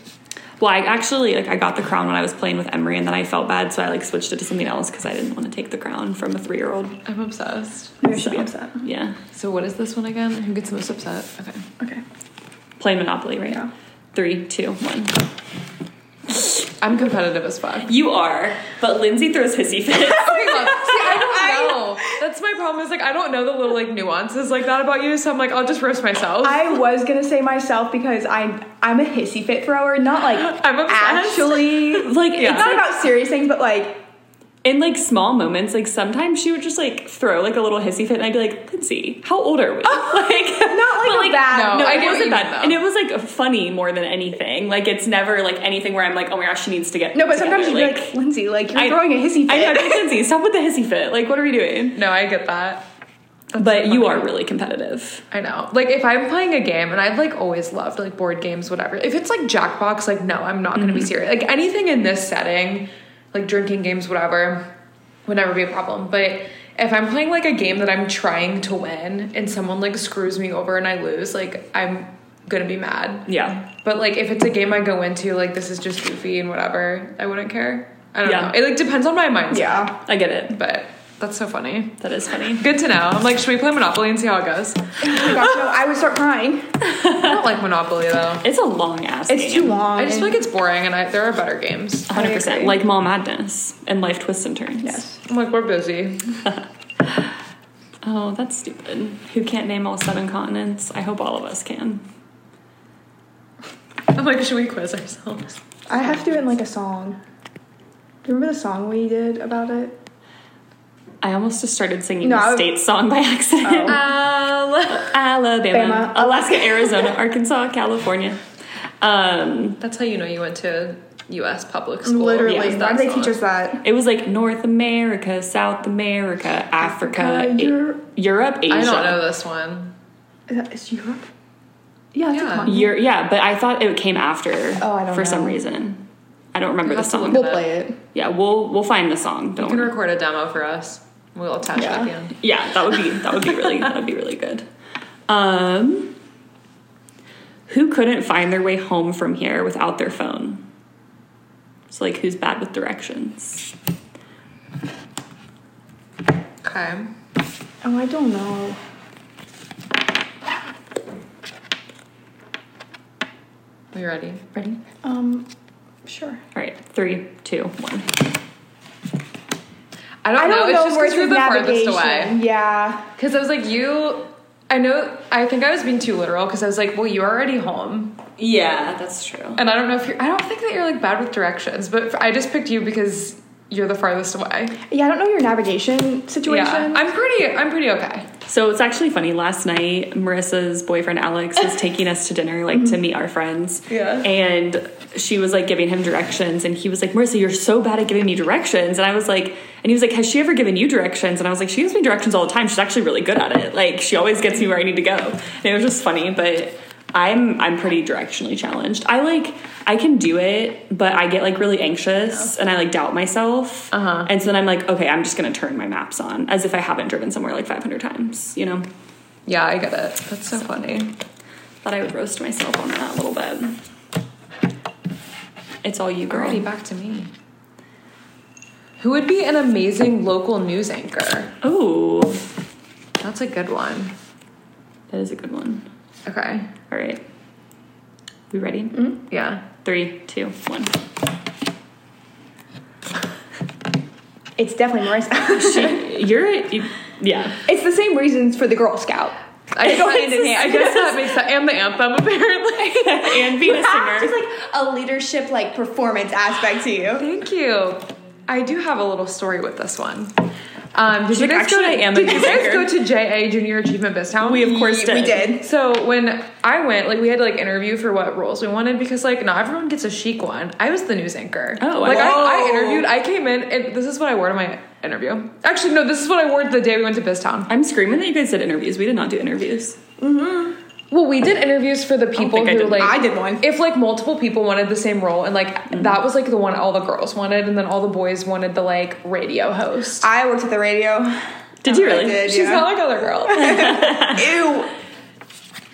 Speaker 1: Well, I actually like I got the crown when I was playing with Emery, and then I felt bad, so I like switched it to something else because I didn't want to take the crown from a three-year-old.
Speaker 2: I'm obsessed.
Speaker 3: Maybe I should be upset.
Speaker 1: Yeah,
Speaker 2: So what is this one again? Who gets the most upset? Okay.
Speaker 3: Okay.
Speaker 1: playing Monopoly, right?
Speaker 3: Yeah.
Speaker 1: now. Three, two, one.
Speaker 2: I'm competitive as fuck. okay,
Speaker 1: You are, but Lindsay throws hissy fits.
Speaker 2: look, see, I don't know. That's my problem. Is like I don't know the little like nuances like that about you. So I'm like, I'll just roast myself.
Speaker 3: I was gonna say myself because I'm I'm a hissy fit thrower, not like
Speaker 2: I'm obsessed.
Speaker 3: actually it's
Speaker 1: like it's
Speaker 3: not
Speaker 1: like-
Speaker 3: about serious things, but like
Speaker 1: in like small moments, like sometimes she would just like throw like a little hissy fit, and I'd be like, Lindsay, how old are we? like
Speaker 3: not like
Speaker 1: but,
Speaker 3: a bad
Speaker 2: no,
Speaker 1: No,
Speaker 2: I
Speaker 1: it
Speaker 2: get what you
Speaker 1: wasn't
Speaker 2: mean,
Speaker 1: bad,
Speaker 2: though.
Speaker 1: and it was like funny more than anything. Like it's never like anything where I'm like, oh my gosh, she needs to get
Speaker 3: No, but
Speaker 1: together.
Speaker 3: sometimes you'd be like, Lindsay, like you're
Speaker 1: I-
Speaker 3: throwing a hissy fit.
Speaker 1: I know, I'd be like, Lindsay, stop with the hissy fit. Like, what are we doing?
Speaker 2: no, I get that.
Speaker 1: But you
Speaker 2: funny.
Speaker 1: are really competitive.
Speaker 2: I know. Like if I'm playing a game and I've like always loved like board games, whatever. If it's like Jackbox, like no, I'm not gonna be
Speaker 1: Mm-hmm.
Speaker 2: serious. Like anything in this setting, like drinking games, whatever, would never be a problem. But if I'm playing like a game that I'm trying to win and someone like screws me over and I lose, like I'm gonna be mad.
Speaker 1: Yeah.
Speaker 2: But like if it's a game I go into, like this is just goofy and whatever, I wouldn't care. I don't
Speaker 1: Yeah.
Speaker 2: know. It like depends on my mindset.
Speaker 3: Yeah.
Speaker 1: I get it.
Speaker 2: But that's so funny.
Speaker 1: That is funny.
Speaker 2: Good to know. I'm like, should we play Monopoly and see how it goes?
Speaker 3: Oh my gosh, no, I would start crying.
Speaker 2: I don't like Monopoly though.
Speaker 1: It's a long ass.
Speaker 3: It's too long.
Speaker 2: I just feel like
Speaker 3: and-
Speaker 2: it's boring, and I, there are better games.
Speaker 1: 100%.
Speaker 3: I agree.
Speaker 1: Like Mall Madness and Life Twists and Turns.
Speaker 3: Yes.
Speaker 2: I'm like, we're busy.
Speaker 1: Oh, that's stupid. Who can't name all seven continents? I hope all of us can.
Speaker 2: I'm like, should we quiz ourselves?
Speaker 3: I have to do it in like a song. Do you remember the song we did about it?
Speaker 1: I almost just started singing
Speaker 3: No, I
Speaker 1: the
Speaker 3: would-
Speaker 1: state song by accident.
Speaker 2: Uh,
Speaker 3: Oh.
Speaker 2: Um,
Speaker 1: Alabama,
Speaker 3: Bama.
Speaker 1: Alaska, Arizona, Arkansas, California. Um,
Speaker 2: That's how you know you went to U.S. public school.
Speaker 3: Literally.
Speaker 1: yeah,
Speaker 3: Why
Speaker 2: that
Speaker 3: did they teach
Speaker 2: song.
Speaker 3: us that?
Speaker 1: it was like North America, South America, Africa,
Speaker 3: Africa,
Speaker 1: A-
Speaker 3: Eur-
Speaker 1: Europe, Asia.
Speaker 2: I don't know this one.
Speaker 3: Is that is Europe? Yeah, that's
Speaker 2: Yeah.
Speaker 3: a con.
Speaker 1: Year, yeah, but I thought it came after.
Speaker 3: Uh-huh. Oh, I don't
Speaker 1: for some
Speaker 3: know.
Speaker 1: reason. I don't remember the
Speaker 2: You'll have to
Speaker 1: song.
Speaker 2: look
Speaker 3: We'll play it.
Speaker 1: yeah, we'll we'll find the song.
Speaker 2: You
Speaker 1: Don't
Speaker 2: can
Speaker 1: worry.
Speaker 2: record a demo for us. We'll attach it
Speaker 3: Yeah.
Speaker 2: at the end.
Speaker 1: yeah, that would be that would be really that would be really good. Um, who couldn't find their way home from here without their phone? So like, who's bad with directions?
Speaker 2: Okay.
Speaker 3: Oh, I don't know.
Speaker 2: We ready?
Speaker 1: Ready?
Speaker 3: Um, sure.
Speaker 1: All right, three, two, one.
Speaker 2: I don't,
Speaker 3: I don't
Speaker 2: know. It's
Speaker 3: know
Speaker 2: just
Speaker 3: where
Speaker 2: because
Speaker 3: it's
Speaker 2: you're the
Speaker 3: navigation.
Speaker 2: farthest away.
Speaker 3: Yeah.
Speaker 2: Because I was like, you. I know. I think I was being too literal because I was like, well, you're already home,
Speaker 1: Yeah, that's true.
Speaker 2: and I don't know if you're. I don't think that you're like bad with directions, but I just picked you because you're the farthest away.
Speaker 3: Yeah, I don't know your navigation situation.
Speaker 2: Yeah, I'm pretty. I'm pretty okay.
Speaker 1: So it's actually funny. Last night, Marissa's boyfriend Alex was taking us to dinner, like to meet our friends.
Speaker 2: Yeah.
Speaker 1: And she was like giving him directions, and he was like, "Marissa, you're so bad at giving me directions." And I was like, and he was like, "Has she ever given you directions?" And I was like, "She gives me directions all the time. She's actually really good at it. Like she always gets me where I need to go." And it was just funny, but. I'm I'm pretty directionally challenged. I like I can do it, but I get like really anxious and I like doubt myself.
Speaker 2: Uh-huh.
Speaker 1: And so then I'm like, okay, I'm just gonna turn my maps on as if I haven't driven somewhere like 500 times, you know?
Speaker 2: Yeah, I get it. That's so funny.
Speaker 1: Thought I would roast myself on that a little bit. It's all you, girl.
Speaker 2: Alrighty, back to me. Who would be an amazing local news anchor?
Speaker 1: Oh,
Speaker 2: That's a good one.
Speaker 1: that is a good one.
Speaker 2: Okay.
Speaker 1: All right. We ready?
Speaker 2: Yeah.
Speaker 1: Three, two, one.
Speaker 3: It's definitely Marissa.
Speaker 1: She, you're, you, yeah.
Speaker 3: it's the same reasons for the Girl Scout.
Speaker 2: I guess,
Speaker 3: It's the
Speaker 2: I guess that makes sense. And the anthem, apparently.
Speaker 1: And being a
Speaker 3: There's
Speaker 1: singer.
Speaker 3: like a leadership like performance aspect to you.
Speaker 2: Thank you. I do have a little story with this one. Um, did you
Speaker 1: like,
Speaker 2: guys
Speaker 1: "Actually,
Speaker 2: go to,
Speaker 1: I am a
Speaker 2: did you
Speaker 1: news
Speaker 2: guys
Speaker 1: anchor."
Speaker 2: go to JA Junior Achievement Biztown?
Speaker 1: We, of course, did.
Speaker 3: We did.
Speaker 2: So when I went, like we had to like interview for what roles we wanted because like not everyone gets a chic one. I was the news anchor.
Speaker 1: Oh, I
Speaker 2: like
Speaker 1: love-
Speaker 2: I, I interviewed. I came in and this is what I wore to my interview. Actually, no, this is what I wore the day we went to Biztown.
Speaker 1: I'm screaming that you guys did interviews. We did not do interviews.
Speaker 2: Well, we did interviews for the people
Speaker 1: think I
Speaker 2: who
Speaker 1: did.
Speaker 2: like
Speaker 3: I did one.
Speaker 2: If like multiple people wanted the same role and like that was like the one all the girls wanted and then all the boys wanted the like radio host.
Speaker 3: I worked at the radio.
Speaker 1: Did you really?
Speaker 3: I did.
Speaker 2: She's
Speaker 3: yeah.
Speaker 2: not like other girl.
Speaker 3: Ew.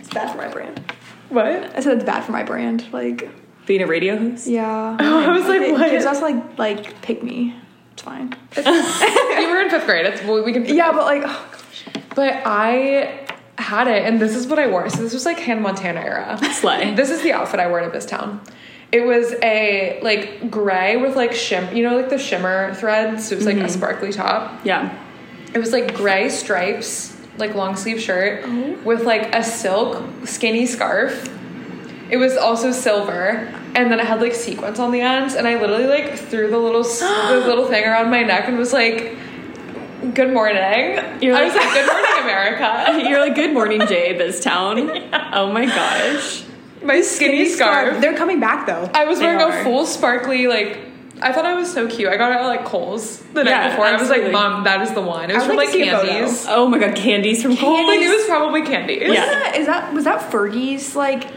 Speaker 3: It's bad for my brand.
Speaker 2: what?
Speaker 3: I said it's bad for my brand. Like,
Speaker 1: Being a radio host?
Speaker 3: yeah.
Speaker 2: I was like,
Speaker 3: it
Speaker 2: what?
Speaker 3: Gives us like like pick me. It's fine.
Speaker 2: you were in fifth grade. It's well, we can.
Speaker 3: Yeah, but like, oh,
Speaker 2: But I had it, and this is what I wore. So this was like Hannah Montana era.
Speaker 1: Slay.
Speaker 2: This is the outfit I wore to this town. It was a like gray with like shim, you know, like the shimmer threads. So it was like a sparkly top.
Speaker 1: Yeah.
Speaker 2: It was like gray stripes, like long sleeve shirt
Speaker 1: Oh.
Speaker 2: with like a silk skinny scarf. It was also silver, and then it had like sequins on the ends. And I literally like threw the little s- the little thing around my neck and was like, "Good morning."
Speaker 1: You're
Speaker 2: I was
Speaker 1: like-
Speaker 2: like, "Good morning, America."
Speaker 1: You're like, good morning, Jay Biztown. Oh my gosh.
Speaker 2: My skinny, scarf.
Speaker 3: They're coming back though.
Speaker 2: I was
Speaker 1: They
Speaker 2: wearing
Speaker 1: are.
Speaker 2: a full sparkly like. I thought I was so cute. I got it at like Kohl's the night
Speaker 1: Yeah,
Speaker 2: before. I
Speaker 1: absolutely.
Speaker 2: was like, "Mom, that is the one." It was
Speaker 3: I'd
Speaker 2: from
Speaker 3: like
Speaker 2: like
Speaker 3: to see a photo.
Speaker 2: Candies.
Speaker 1: Oh my god, candies from Cold.
Speaker 2: Like it was probably Candies.
Speaker 1: Yeah.
Speaker 3: Isn't that- Is that was that Fergie's like,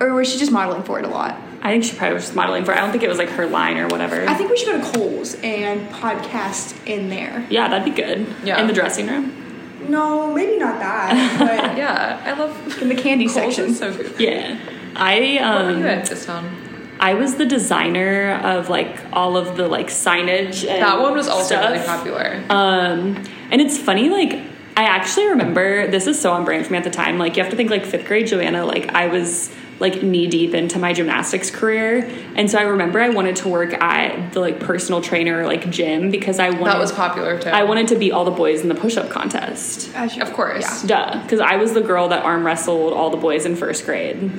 Speaker 3: or was she just modeling for it a lot?
Speaker 1: I think she probably was just modeling for. it. I don't think it was like her line or whatever.
Speaker 3: I think we should go to Cole's and podcast in there.
Speaker 1: yeah, that'd be good.
Speaker 2: Yeah.
Speaker 1: In the dressing room.
Speaker 3: No, maybe not that,
Speaker 2: Yeah, I love
Speaker 3: but in the candy
Speaker 2: Kohl's
Speaker 3: section.
Speaker 2: is so good.
Speaker 1: Yeah. I um
Speaker 2: you at this town?
Speaker 1: I was the designer of like all of the like signage and
Speaker 2: That one was also
Speaker 1: stuff.
Speaker 2: really popular.
Speaker 1: Um, and it's funny, like, I actually remember this is so on brand for me at the time. Like, you have to think, like, fifth grade Joanna, like, I was like knee deep into my gymnastics career. And so I remember I wanted to work at the like personal trainer, like, gym because I wanted,
Speaker 2: that was popular too.
Speaker 1: I wanted to beat all the boys in the push up contest.
Speaker 3: As you-
Speaker 2: Of course.
Speaker 3: Yeah.
Speaker 1: Duh. Because I was the girl that arm wrestled all the boys in first grade.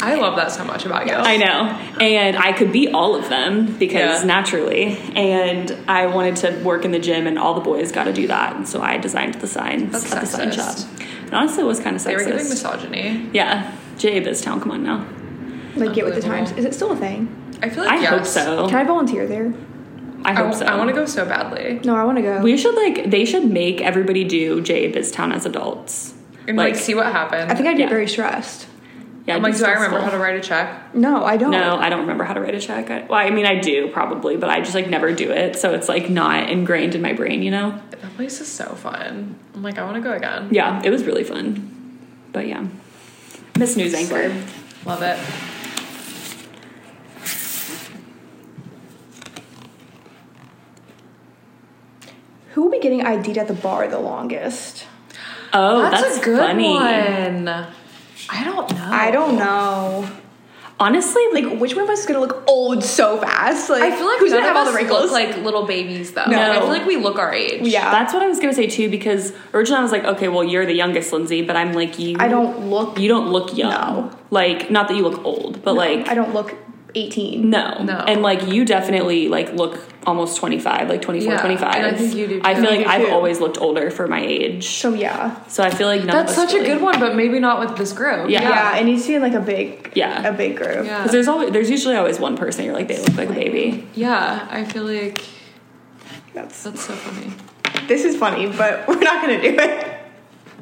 Speaker 2: I love that so much about you.
Speaker 1: I know. And I could beat all of them because
Speaker 2: Oh. Yeah.
Speaker 1: naturally. And I wanted to work in the gym, and all the boys got to do that. And so I designed the signs
Speaker 2: That's
Speaker 1: at the sign shop.
Speaker 2: sexist.
Speaker 1: And honestly, it was kind of
Speaker 2: They were giving
Speaker 1: sexist.
Speaker 2: misogyny.
Speaker 1: Yeah. J. Biztown, come on now.
Speaker 3: Like get with the times.
Speaker 2: Unbelievable.
Speaker 3: Is it still a thing?
Speaker 2: I feel like
Speaker 1: I
Speaker 2: yes.
Speaker 1: hope so.
Speaker 3: Can I volunteer there?
Speaker 1: I
Speaker 2: I,
Speaker 1: hope so.
Speaker 2: want to go so badly.
Speaker 3: No, I want to go.
Speaker 1: We should like. They should make everybody do J. Biztown as adults.
Speaker 2: And like, see what happens.
Speaker 3: I think I'd get
Speaker 1: Yeah.
Speaker 3: very stressed.
Speaker 1: Yeah,
Speaker 2: I'm
Speaker 1: I
Speaker 2: like, do I
Speaker 1: still
Speaker 2: remember
Speaker 1: stole.
Speaker 2: how to write a check?
Speaker 3: No, I don't.
Speaker 1: No, I don't remember how to write a check. I, well, I mean, I do probably, but I just like never do it. So it's like not ingrained in my brain, you know?
Speaker 2: That place is so fun. I'm like, I want to go again.
Speaker 1: Yeah, it was really fun. But yeah. Miss News Anchor.
Speaker 2: Love it.
Speaker 3: Who will be getting ID'd at the bar the longest?
Speaker 1: Oh, that's,
Speaker 2: a good
Speaker 1: funny.
Speaker 2: one. I don't know.
Speaker 3: I don't know.
Speaker 1: Honestly, like,
Speaker 3: Like, which one of us is gonna look old so fast? Like,
Speaker 2: I feel like
Speaker 3: who's
Speaker 2: none
Speaker 3: gonna have
Speaker 2: of
Speaker 3: all
Speaker 2: us
Speaker 3: the wrinkles?
Speaker 2: Look like little babies though.
Speaker 1: No.
Speaker 2: I feel like we look our age.
Speaker 3: yeah,
Speaker 1: that's what I was gonna say too, because originally I was like, okay, well, you're the youngest, Lindsay, but I'm like, you.
Speaker 3: I don't look.
Speaker 1: You don't look young.
Speaker 3: No.
Speaker 1: Like, not that you look old, but like.
Speaker 3: I don't look eighteen.
Speaker 1: No.
Speaker 2: No.
Speaker 1: And like you definitely like look almost 25, like 24,
Speaker 2: Yeah,
Speaker 1: 25.
Speaker 2: and I think you do,
Speaker 1: I
Speaker 2: too.
Speaker 1: feel like
Speaker 3: You
Speaker 1: I've
Speaker 3: do.
Speaker 1: always looked older for my age.
Speaker 3: So yeah,
Speaker 1: So I feel like none
Speaker 2: That's
Speaker 1: of us
Speaker 2: such a good one, but maybe not with this group.
Speaker 1: Yeah.
Speaker 3: yeah, it needs to be in like a big,
Speaker 1: Yeah.
Speaker 3: a big group.
Speaker 2: Yeah.
Speaker 1: Because there's always there's usually always one person you're like they look like a baby.
Speaker 2: Yeah, I feel like
Speaker 3: That's
Speaker 2: that's so funny.
Speaker 3: this is funny, but we're not gonna do it.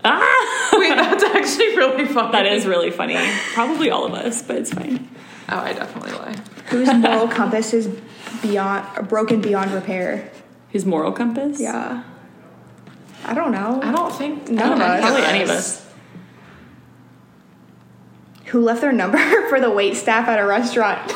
Speaker 1: Ah,
Speaker 2: Wait, that's actually really funny.
Speaker 1: that is really funny. Probably all of us, but it's fine.
Speaker 2: Oh, I definitely lie.
Speaker 3: Whose moral compass is beyond broken beyond repair?
Speaker 1: His moral compass.
Speaker 3: Yeah, I don't know.
Speaker 2: I don't think
Speaker 3: None of us.
Speaker 1: Probably any of us.
Speaker 3: Who left their number for the wait staff at a restaurant?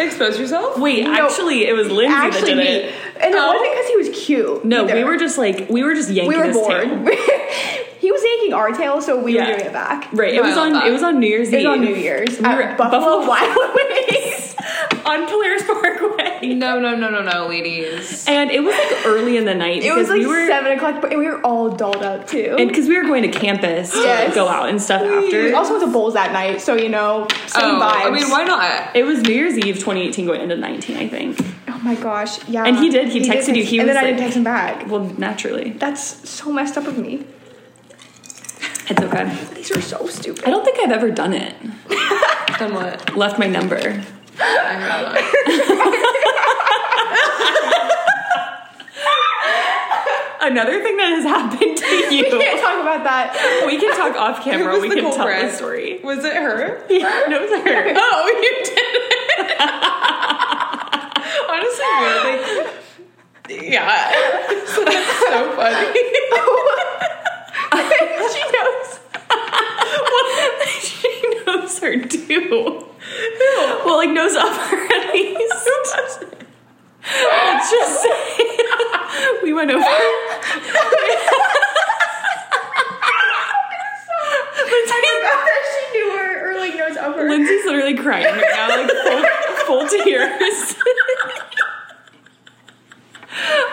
Speaker 2: Expose yourself.
Speaker 1: Wait,
Speaker 3: No.
Speaker 1: actually, it was Lindsay
Speaker 3: Actually,
Speaker 1: that
Speaker 3: me.
Speaker 1: did it.
Speaker 3: And it
Speaker 2: Oh.
Speaker 3: wasn't because he was cute.
Speaker 1: No, we
Speaker 3: either.
Speaker 1: were just like we were just yanking.
Speaker 3: we were
Speaker 1: his
Speaker 3: bored.
Speaker 1: tail.
Speaker 3: he was yanking our tail, so we
Speaker 1: Yeah.
Speaker 3: were doing it back.
Speaker 1: Right. It
Speaker 2: No, I
Speaker 1: was
Speaker 2: love
Speaker 1: on.
Speaker 2: that.
Speaker 1: It was on New Year's
Speaker 3: It was
Speaker 1: Eve.
Speaker 3: on New Year's
Speaker 1: We were at
Speaker 3: at Buffalo,
Speaker 1: Buffalo
Speaker 3: Wild Wings.
Speaker 1: on Polaris Parkway.
Speaker 2: No, no, no, no, no, ladies.
Speaker 1: And it was like early in the night.
Speaker 3: It was
Speaker 1: because
Speaker 3: like
Speaker 1: we were,
Speaker 3: seven o'clock, but we were all dolled up too.
Speaker 1: and because we were going to campus to
Speaker 3: Yes.
Speaker 1: go out and stuff
Speaker 3: we
Speaker 1: after.
Speaker 3: also went to bowls that night, so you know, same
Speaker 2: oh,
Speaker 3: vibes.
Speaker 2: I mean, why not?
Speaker 1: It was New Year's Eve 2018 going into 19, I think.
Speaker 3: Oh my gosh, yeah.
Speaker 1: And he did, he texted you,
Speaker 3: text-
Speaker 1: he
Speaker 3: and
Speaker 1: was
Speaker 3: then I didn't
Speaker 1: like-
Speaker 3: text him back.
Speaker 1: Well, naturally.
Speaker 3: That's so messed up of me.
Speaker 1: It's okay.
Speaker 3: These are so
Speaker 1: I
Speaker 3: stupid.
Speaker 1: don't think I've ever done it.
Speaker 2: Then what?
Speaker 1: Left my number.
Speaker 2: I have not.
Speaker 1: Another thing that has happened to
Speaker 3: We
Speaker 1: you.
Speaker 3: can't talk about that.
Speaker 1: we can talk off
Speaker 2: Who
Speaker 1: camera.
Speaker 2: was
Speaker 1: We
Speaker 2: the
Speaker 1: can tell
Speaker 2: culprit?
Speaker 1: the story.
Speaker 2: Was it her?
Speaker 1: Yeah, no, it was her.
Speaker 2: Oh, you did it. Honestly, weirdly. Yeah. That's so funny.
Speaker 1: she knows. well, she knows her too. Well, like knows of her at least. Let's just say we went over. Lindsay-
Speaker 3: I she knew her or like knows of her.
Speaker 1: Lindsay's literally crying right now, like full, full tears.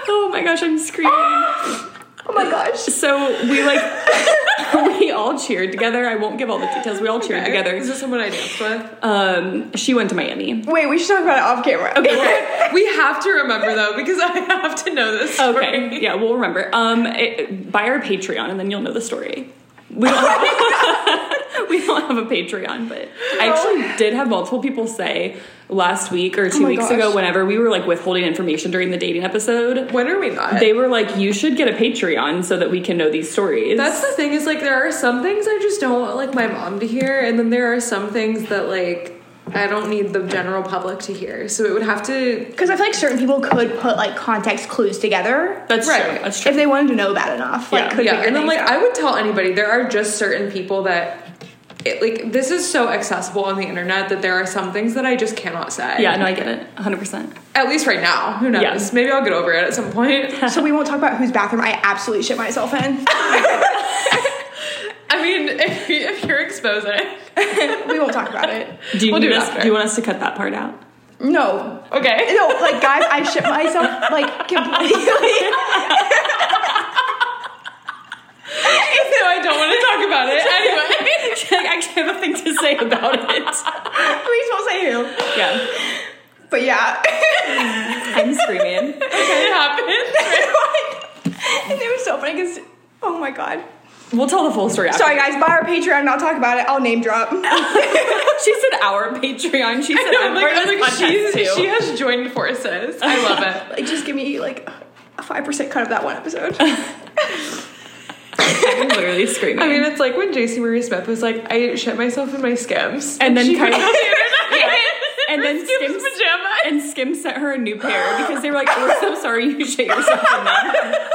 Speaker 1: oh my gosh, I'm screaming.
Speaker 3: Oh my gosh.
Speaker 1: So we like we all cheered together. I won't give all the details. We all cheered
Speaker 2: Is
Speaker 1: together.
Speaker 2: this someone I danced with?
Speaker 1: Um, she went to Miami.
Speaker 3: Wait, we should talk about it off camera. Okay.
Speaker 2: We have to remember though, because I have to know this.
Speaker 1: Oh.
Speaker 2: story.
Speaker 1: Okay. Yeah, we'll remember. Um, it, buy our Patreon, and then you'll know the story. We don't. Have, we don't have a Patreon, but I actually did have multiple people say last week or two
Speaker 3: Oh. my
Speaker 1: weeks
Speaker 3: gosh.
Speaker 1: ago, whenever we were like withholding information during the dating episode,
Speaker 2: When are we not?
Speaker 1: they were like, "You should get a Patreon so that we can know these stories."
Speaker 2: That's the thing is like there are some things I just don't want like my mom to hear, and then there are some things that like I don't need the general public to hear. So it would have to
Speaker 3: Because I feel like certain people could put like context clues together
Speaker 1: that's true.
Speaker 2: Right.
Speaker 1: That's true.
Speaker 3: if they wanted to know that enough. Like,
Speaker 1: Yeah.
Speaker 3: could
Speaker 2: yeah,
Speaker 3: figure
Speaker 2: and then
Speaker 3: things
Speaker 2: like
Speaker 3: out.
Speaker 2: I would tell anybody there are just certain people that it, like this is so accessible on the internet that there are some things that I just cannot say.
Speaker 1: yeah, no, I get it, hundred percent.
Speaker 2: At least right now. Who knows?
Speaker 1: Yeah.
Speaker 2: Maybe I'll get over it at some point.
Speaker 3: So we won't talk about whose bathroom I absolutely shit myself in.
Speaker 2: I mean, if, you- if you're exposing,
Speaker 3: we won't talk about it.
Speaker 1: Do you,
Speaker 2: We'll do
Speaker 1: need
Speaker 2: it
Speaker 1: us,
Speaker 2: after.
Speaker 1: do you want us to cut that part out?
Speaker 3: No.
Speaker 2: okay.
Speaker 3: No, like guys, I shit myself like completely.
Speaker 2: So I don't want to talk about it anyway.
Speaker 1: I actually have a thing to say about it.
Speaker 3: we won't say who.
Speaker 1: Yeah,
Speaker 3: But yeah.
Speaker 1: I'm screaming.
Speaker 2: It happened.
Speaker 3: and it was so funny because oh my god.
Speaker 1: We'll tell the full story. After.
Speaker 3: Sorry guys, buy our Patreon and I'll talk about it. I'll name drop.
Speaker 1: she said our Patreon. She said I'm
Speaker 2: I'm like,
Speaker 1: part of
Speaker 2: I'm
Speaker 1: this
Speaker 2: like
Speaker 1: podcast
Speaker 2: she's,
Speaker 1: too.
Speaker 2: she has joined forces. I love it.
Speaker 3: like just give me like a five percent cut of that one episode.
Speaker 1: I'm literally screaming.
Speaker 2: I mean, it's like when J.C. Marie Smith was like, "I shit myself in my skims,"
Speaker 1: and then
Speaker 2: she
Speaker 1: Kylie,
Speaker 2: put it in her
Speaker 1: Yeah. and then
Speaker 2: Skims
Speaker 1: Skims
Speaker 2: pajamas.
Speaker 1: and Skims sent her a new pair because they were like, "We're so sorry you shit yourself in that."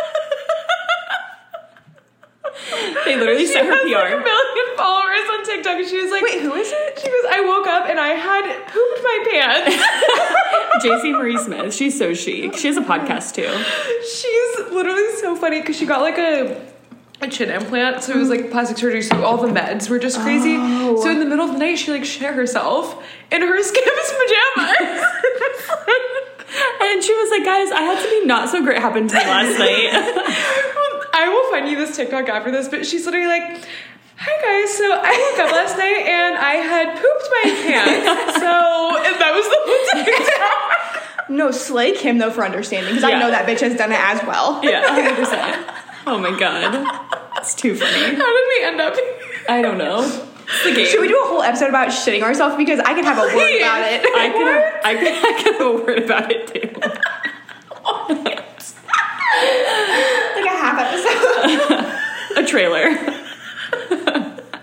Speaker 1: They literally
Speaker 2: She
Speaker 1: sent her
Speaker 2: has like a
Speaker 1: PR.
Speaker 2: million followers on TikTok, and she was like,
Speaker 3: Wait, who is it?
Speaker 2: She goes, "I woke up and I had pooped my pants."
Speaker 1: JC Marie Smith, she's so chic. She has a podcast too.
Speaker 2: She's literally so funny because she got like a a chin implant, so it was like plastic surgery, so all the meds were just crazy.
Speaker 3: Oh.
Speaker 2: So in the middle of the night, she like shit herself in her Skims pajamas.
Speaker 1: And she was like, guys, I had something not so great happen to me last night.
Speaker 2: I will find you this TikTok after this, but she's literally like, Hi guys, so I woke up last night and I had pooped my pants. So and that was the whole TikTok.
Speaker 3: No, slay Kim though for understanding because
Speaker 1: Yeah.
Speaker 3: I know that bitch has done it as well.
Speaker 1: yeah, 100%. Oh my god. It's too funny.
Speaker 2: How did we end up here?
Speaker 1: I don't know. It's the game.
Speaker 3: Should we do a whole episode about shitting ourselves? Because I could have a word about
Speaker 2: Please.
Speaker 3: it.
Speaker 1: I could, I, could, I could have a word about it too.
Speaker 2: Oh
Speaker 3: Like a half episode.
Speaker 1: A trailer.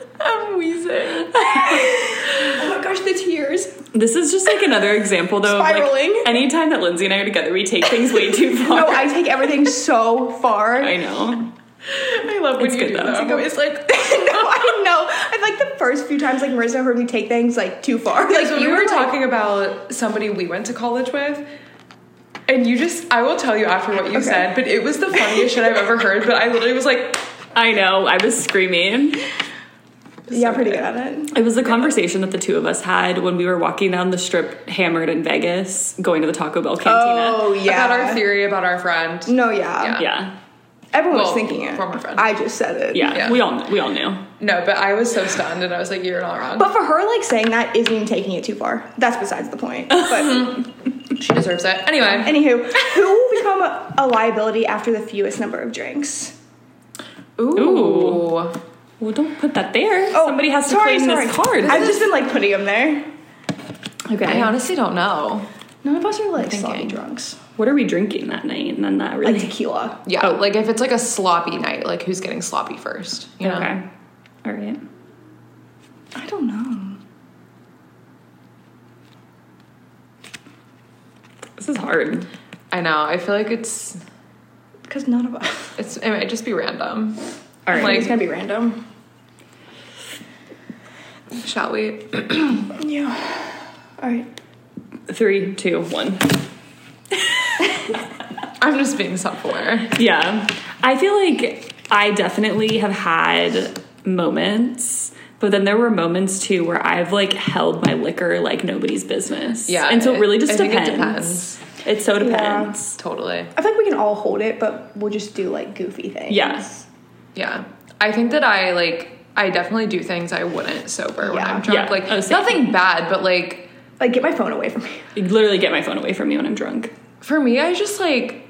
Speaker 2: I'm wheezing.
Speaker 3: oh my gosh, the tears.
Speaker 1: This is just like another example though of
Speaker 3: Spiraling.
Speaker 1: like anytime that Lindsay and I are together, we take things way too far.
Speaker 3: No, I take everything so far.
Speaker 1: I know.
Speaker 2: I love when
Speaker 1: It's
Speaker 2: you
Speaker 1: good
Speaker 2: do
Speaker 1: though.
Speaker 2: that. I'm always like,
Speaker 3: no, I know. I like the first few times like Marissa heard me take things like too far. Like
Speaker 2: Because when we were talking about somebody we went to college with, and you just, I will tell you after what you
Speaker 3: Okay.
Speaker 2: said, but it was the funniest shit I've ever heard. But I literally was like,
Speaker 1: I know. I was screaming.
Speaker 3: yeah,
Speaker 2: so
Speaker 3: pretty
Speaker 2: good.
Speaker 3: good at it.
Speaker 1: It was the conversation that the two of us had when we were walking down the strip hammered in Vegas, going to the Taco Bell cantina.
Speaker 3: Oh yeah.
Speaker 2: about our theory about our friend.
Speaker 3: No, yeah.
Speaker 2: Yeah.
Speaker 1: Yeah.
Speaker 3: Everyone
Speaker 2: Well,
Speaker 3: was thinking it.
Speaker 2: former friend.
Speaker 3: I just said it.
Speaker 1: yeah,
Speaker 2: Yeah.
Speaker 1: We all we all knew.
Speaker 2: No, but I was so stunned, and I was like, "You're not wrong."
Speaker 3: But for her, like saying that isn't even taking it too far. That's besides the point. But
Speaker 2: she deserves it. Anyway,
Speaker 3: anywho, who will become a, a liability after the fewest number of drinks?
Speaker 2: ooh,
Speaker 1: Ooh. Well, don't put that there. Somebody has to
Speaker 3: Oh, sorry,
Speaker 1: claim
Speaker 3: sorry.
Speaker 1: this card.
Speaker 3: I've just been like putting them there.
Speaker 1: okay.
Speaker 2: honestly don't know.
Speaker 3: None of us are like
Speaker 2: Thinking.
Speaker 3: sloppy drunks.
Speaker 1: What are we drinking that night? And then that really.
Speaker 3: Like tequila.
Speaker 2: Yeah,
Speaker 1: Oh.
Speaker 2: like if it's like a sloppy night, like who's getting sloppy first? You know?
Speaker 1: Okay. All right.
Speaker 3: I don't know.
Speaker 1: This is hard.
Speaker 2: I know. I feel like it's
Speaker 3: Because none of us.
Speaker 2: it's it might just be random.
Speaker 1: All right.
Speaker 2: Like-
Speaker 3: it's gonna be random.
Speaker 2: Shall we?
Speaker 3: Yeah. All right.
Speaker 1: Three, two, one.
Speaker 2: I'm just being self-aware.
Speaker 1: Yeah. I feel like I definitely have had moments, but then there were moments too where I've like held my liquor like nobody's business.
Speaker 2: Yeah,
Speaker 1: And so it really
Speaker 2: I
Speaker 1: just
Speaker 2: think it
Speaker 1: depends.
Speaker 2: depends.
Speaker 1: It so
Speaker 3: Yeah.
Speaker 1: depends.
Speaker 2: Totally.
Speaker 3: I feel like we can all hold it, but we'll just do like goofy things.
Speaker 1: Yes.
Speaker 2: Yeah. I think that I like I definitely do things I wouldn't sober when
Speaker 3: Yeah.
Speaker 2: I'm drunk.
Speaker 1: Yeah.
Speaker 2: Like
Speaker 1: Oh, same.
Speaker 2: nothing bad, but like
Speaker 3: Like, get my phone away from me.
Speaker 1: Literally get my phone away from me when I'm drunk.
Speaker 2: for me I just like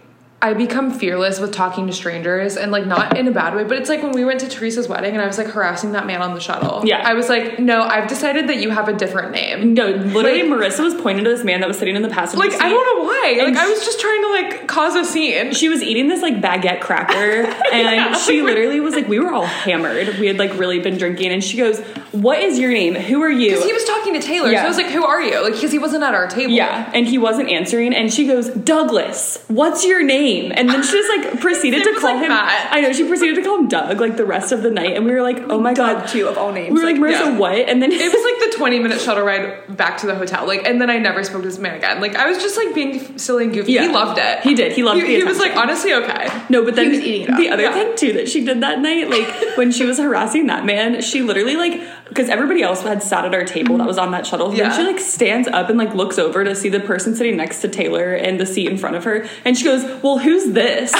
Speaker 2: I become fearless with talking to strangers and like not in a bad way, but it's like when we went to Teresa's wedding and I was like harassing that man on the shuttle.
Speaker 1: Yeah.
Speaker 2: I was like, no, I've decided that you have a different name.
Speaker 1: No, literally, Marissa was pointing to this man that was sitting in the passenger
Speaker 2: Like
Speaker 1: seat.
Speaker 2: I don't know why.
Speaker 1: And
Speaker 2: Like I was just trying to like cause a scene.
Speaker 1: She was eating this like baguette cracker, and she literally was like, "We were all hammered. We had like really been drinking." And she goes, "What is your name? Who are you?"
Speaker 2: Because he was talking to Taylor, so
Speaker 1: Yeah.
Speaker 2: I was like, "Who are you?" Like, because he wasn't at our table.
Speaker 1: yeah, and he wasn't answering. And she goes, "Douglas, what's your name?" And then she just like proceeded
Speaker 2: His name
Speaker 1: to
Speaker 2: was,
Speaker 1: call
Speaker 2: like,
Speaker 1: him.
Speaker 2: Matt.
Speaker 1: I know she proceeded to call him Doug like the rest of the night, and we were like, "Oh my god."
Speaker 3: two of all names.
Speaker 1: We were like, Marissa,
Speaker 2: yeah.
Speaker 1: what? And then
Speaker 2: It was like the 20 minute shuttle ride back to the hotel. Like, and then I never spoke to this man again. Like, I was just like being silly and goofy. He
Speaker 1: Yeah.
Speaker 2: loved it.
Speaker 1: He did. He loved
Speaker 2: He,
Speaker 1: the
Speaker 2: he was like,
Speaker 1: attention.
Speaker 2: honestly, okay.
Speaker 1: No, but then
Speaker 3: was eating it up.
Speaker 1: the other
Speaker 2: Yeah.
Speaker 1: thing too that she did that night, like when she was harassing that man, she literally like because everybody else had sat at our table that was on that shuttle,
Speaker 2: Yeah.
Speaker 1: and she like stands up and like looks over to see the person sitting next to Taylor and the seat in front of her, and she goes, "Well, who's this?"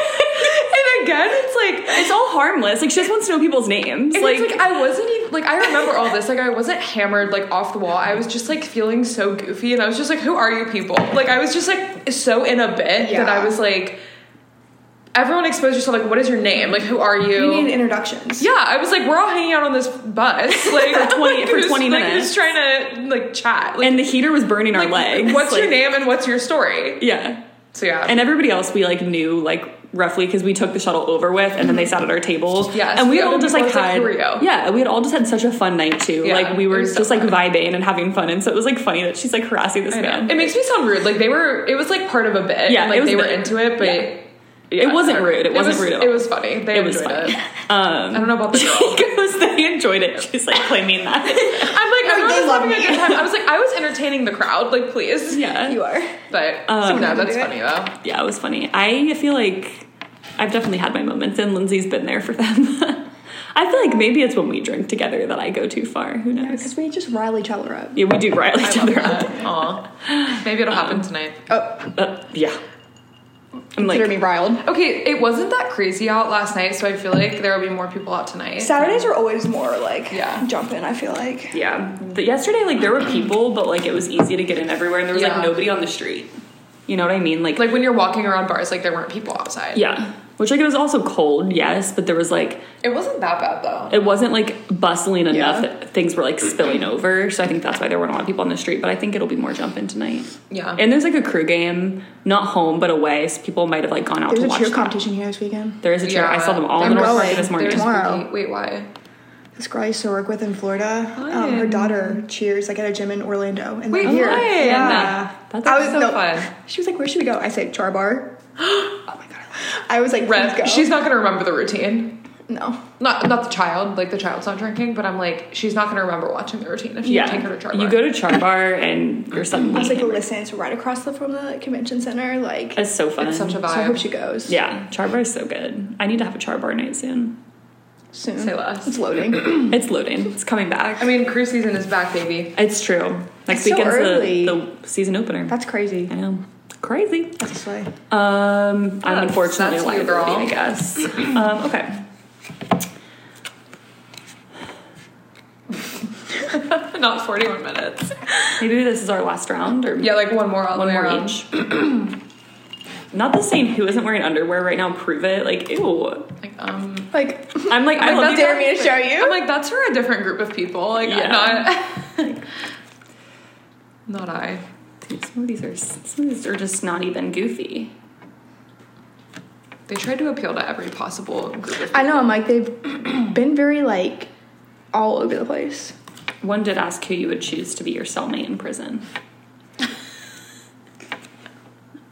Speaker 2: And again, it's like,
Speaker 1: it's all harmless. Like she just wants to know people's names.
Speaker 2: and
Speaker 1: Like,
Speaker 2: it's like, I wasn't even, like, I remember all this. Like, I wasn't hammered, like, off the wall. I was just like feeling so goofy. And I was just like, who are you people? Like, I was just like so in a bit that
Speaker 3: Yeah.
Speaker 2: I was like, everyone expose yourself. Like, what is your name? Like, who are you?
Speaker 3: You need introductions.
Speaker 2: Yeah, I was like, we're all hanging out on this bus, like
Speaker 1: For 20 for
Speaker 2: who's-
Speaker 1: 20
Speaker 2: like,
Speaker 1: minutes.
Speaker 2: who's trying to like chat. Like,
Speaker 1: and the heater was burning our
Speaker 2: like,
Speaker 1: legs.
Speaker 2: What's your
Speaker 1: Like,
Speaker 2: name and what's your story?
Speaker 1: Yeah,
Speaker 2: So yeah,
Speaker 1: and everybody else we like knew like roughly because we took the shuttle over with, and then they sat at our table.
Speaker 2: Yes,
Speaker 1: and we
Speaker 2: the
Speaker 1: all
Speaker 2: other
Speaker 1: just
Speaker 2: people
Speaker 1: like
Speaker 2: was like,
Speaker 1: had
Speaker 2: "Here we go."
Speaker 1: yeah, we had all just had such a fun night too.
Speaker 2: Yeah,
Speaker 1: like we
Speaker 2: it
Speaker 1: were
Speaker 2: was so
Speaker 1: just like
Speaker 2: fun.
Speaker 1: vibing and having fun, and so it was like funny that she's like harassing this
Speaker 2: I know.
Speaker 1: man.
Speaker 2: It makes me sound rude. Like they were. It was like part of a bit.
Speaker 1: Yeah,
Speaker 2: and, like
Speaker 1: it was
Speaker 2: they
Speaker 1: a
Speaker 2: were
Speaker 1: bit.
Speaker 2: into it, but.
Speaker 1: Yeah. It wasn't rude. It wasn't
Speaker 2: was,
Speaker 1: rude at
Speaker 2: It
Speaker 1: all.
Speaker 2: was funny. They
Speaker 1: It was
Speaker 2: enjoyed
Speaker 1: funny.
Speaker 2: it.
Speaker 1: Um,
Speaker 2: I don't know about the girl.
Speaker 1: because they enjoyed it. She's like claiming that.
Speaker 2: I'm like,
Speaker 3: No,
Speaker 2: everyone
Speaker 3: they
Speaker 2: was
Speaker 3: love
Speaker 2: having a
Speaker 3: me.
Speaker 2: good time. I was like, I was entertaining the crowd. Like, please.
Speaker 1: yeah,
Speaker 3: You are.
Speaker 1: Um,
Speaker 2: But so no,
Speaker 3: Someone
Speaker 2: that's
Speaker 3: do it.
Speaker 2: funny though.
Speaker 1: yeah, it was funny. I feel like I've definitely had my moments, and Lindsay's been there for them. I feel like maybe it's when we drink together that I go too far. Who knows?
Speaker 3: Because we just rile each other up.
Speaker 1: Yeah, we do rile each
Speaker 2: I love
Speaker 1: other up.
Speaker 2: that. Aw. Maybe it'll happen tonight.
Speaker 3: Oh,
Speaker 1: Uh, yeah. I'm
Speaker 3: consider me
Speaker 1: like,
Speaker 3: riled.
Speaker 2: Okay, it wasn't that crazy out last night, so I feel like there will be more people out tonight.
Speaker 3: Saturdays are always more like
Speaker 2: Yeah.
Speaker 3: jumping. I feel like.
Speaker 1: yeah. But yesterday, like, there were people, but like, it was easy to get in everywhere, and there was
Speaker 2: Yeah.
Speaker 1: like nobody on the street. You know what I mean? Like,
Speaker 2: like when you're walking around bars, like there weren't people outside.
Speaker 1: yeah. Which like it was also cold, yes, but there was like
Speaker 2: It wasn't that bad though.
Speaker 1: it wasn't like bustling enough
Speaker 2: Yeah.
Speaker 1: that things were like spilling over. So I think that's why there weren't a lot of people on the street. But I think it'll be more jumping tonight.
Speaker 2: Yeah.
Speaker 1: And there's like a crew game, not home but away. So people might have like gone out
Speaker 3: There's
Speaker 1: to
Speaker 3: a
Speaker 1: watch.
Speaker 3: cheer
Speaker 1: that.
Speaker 3: competition here this weekend.
Speaker 1: There is a cheer. I saw them all in
Speaker 2: I'm
Speaker 1: the North
Speaker 3: rowing.
Speaker 1: Market this morning.
Speaker 2: There's
Speaker 3: Tomorrow.
Speaker 2: freaky- Wait, why?
Speaker 3: This girl I used to work with in Florida, um, her
Speaker 2: Fun.
Speaker 3: daughter cheers like at a gym in Orlando. And
Speaker 2: Wait,
Speaker 3: then here.
Speaker 2: what?
Speaker 3: Yeah.
Speaker 1: That's
Speaker 3: I was
Speaker 2: so
Speaker 3: no,
Speaker 2: fun.
Speaker 3: She was like, "Where should we go?" I said, "Char bar." oh my god, I was like, "Let's go."
Speaker 2: Rev, she's not gonna remember the routine.
Speaker 3: no.
Speaker 2: Not not the child, like the child's not drinking, but I'm like, she's not gonna remember watching the routine if you
Speaker 1: yeah.
Speaker 2: take her to char
Speaker 1: You
Speaker 2: bar.
Speaker 1: go to Char Bar and you're suddenly.
Speaker 3: I was like, "Listen, it's right across the, from the convention center. Like, so
Speaker 1: it's so fun.
Speaker 2: It's such a vibe.
Speaker 3: I hope she goes."
Speaker 1: yeah, Char Bar is so good. I need to have a Char Bar night soon.
Speaker 3: soon.
Speaker 2: Say less.
Speaker 3: It's loading.
Speaker 1: It's loading. It's coming back.
Speaker 2: I mean, cruise season is back, baby.
Speaker 1: it's true. Next
Speaker 3: It's so
Speaker 1: weekend's
Speaker 3: early.
Speaker 1: the, the season opener.
Speaker 3: That's crazy.
Speaker 1: I know. Crazy.
Speaker 3: That's a slay.
Speaker 1: Um, I'm
Speaker 2: That's-
Speaker 1: unfortunately
Speaker 2: that's
Speaker 1: a
Speaker 2: you,
Speaker 1: liability,
Speaker 2: girl.
Speaker 1: I guess. um, okay.
Speaker 2: not 41 minutes.
Speaker 1: Maybe this is our last round, or
Speaker 2: Yeah, like one more. all the
Speaker 1: one
Speaker 2: way
Speaker 1: more
Speaker 2: around.
Speaker 1: each. Not the same. Who isn't wearing underwear right now? Prove it. Like, ew.
Speaker 2: Like, um,
Speaker 3: Like,
Speaker 1: I'm like, I
Speaker 2: Like,
Speaker 1: love
Speaker 2: that's
Speaker 1: you.
Speaker 3: dare me to show you?
Speaker 2: I'm like, that's for a different group of people. Like,
Speaker 1: Yeah.
Speaker 2: not, not I.
Speaker 1: guys. Some of these are some of these are just not even goofy.
Speaker 2: They tried to appeal to every possible group of people.
Speaker 3: I know. I'm like, they've been very like all over the place.
Speaker 1: One did ask who you would choose to be your cellmate in prison.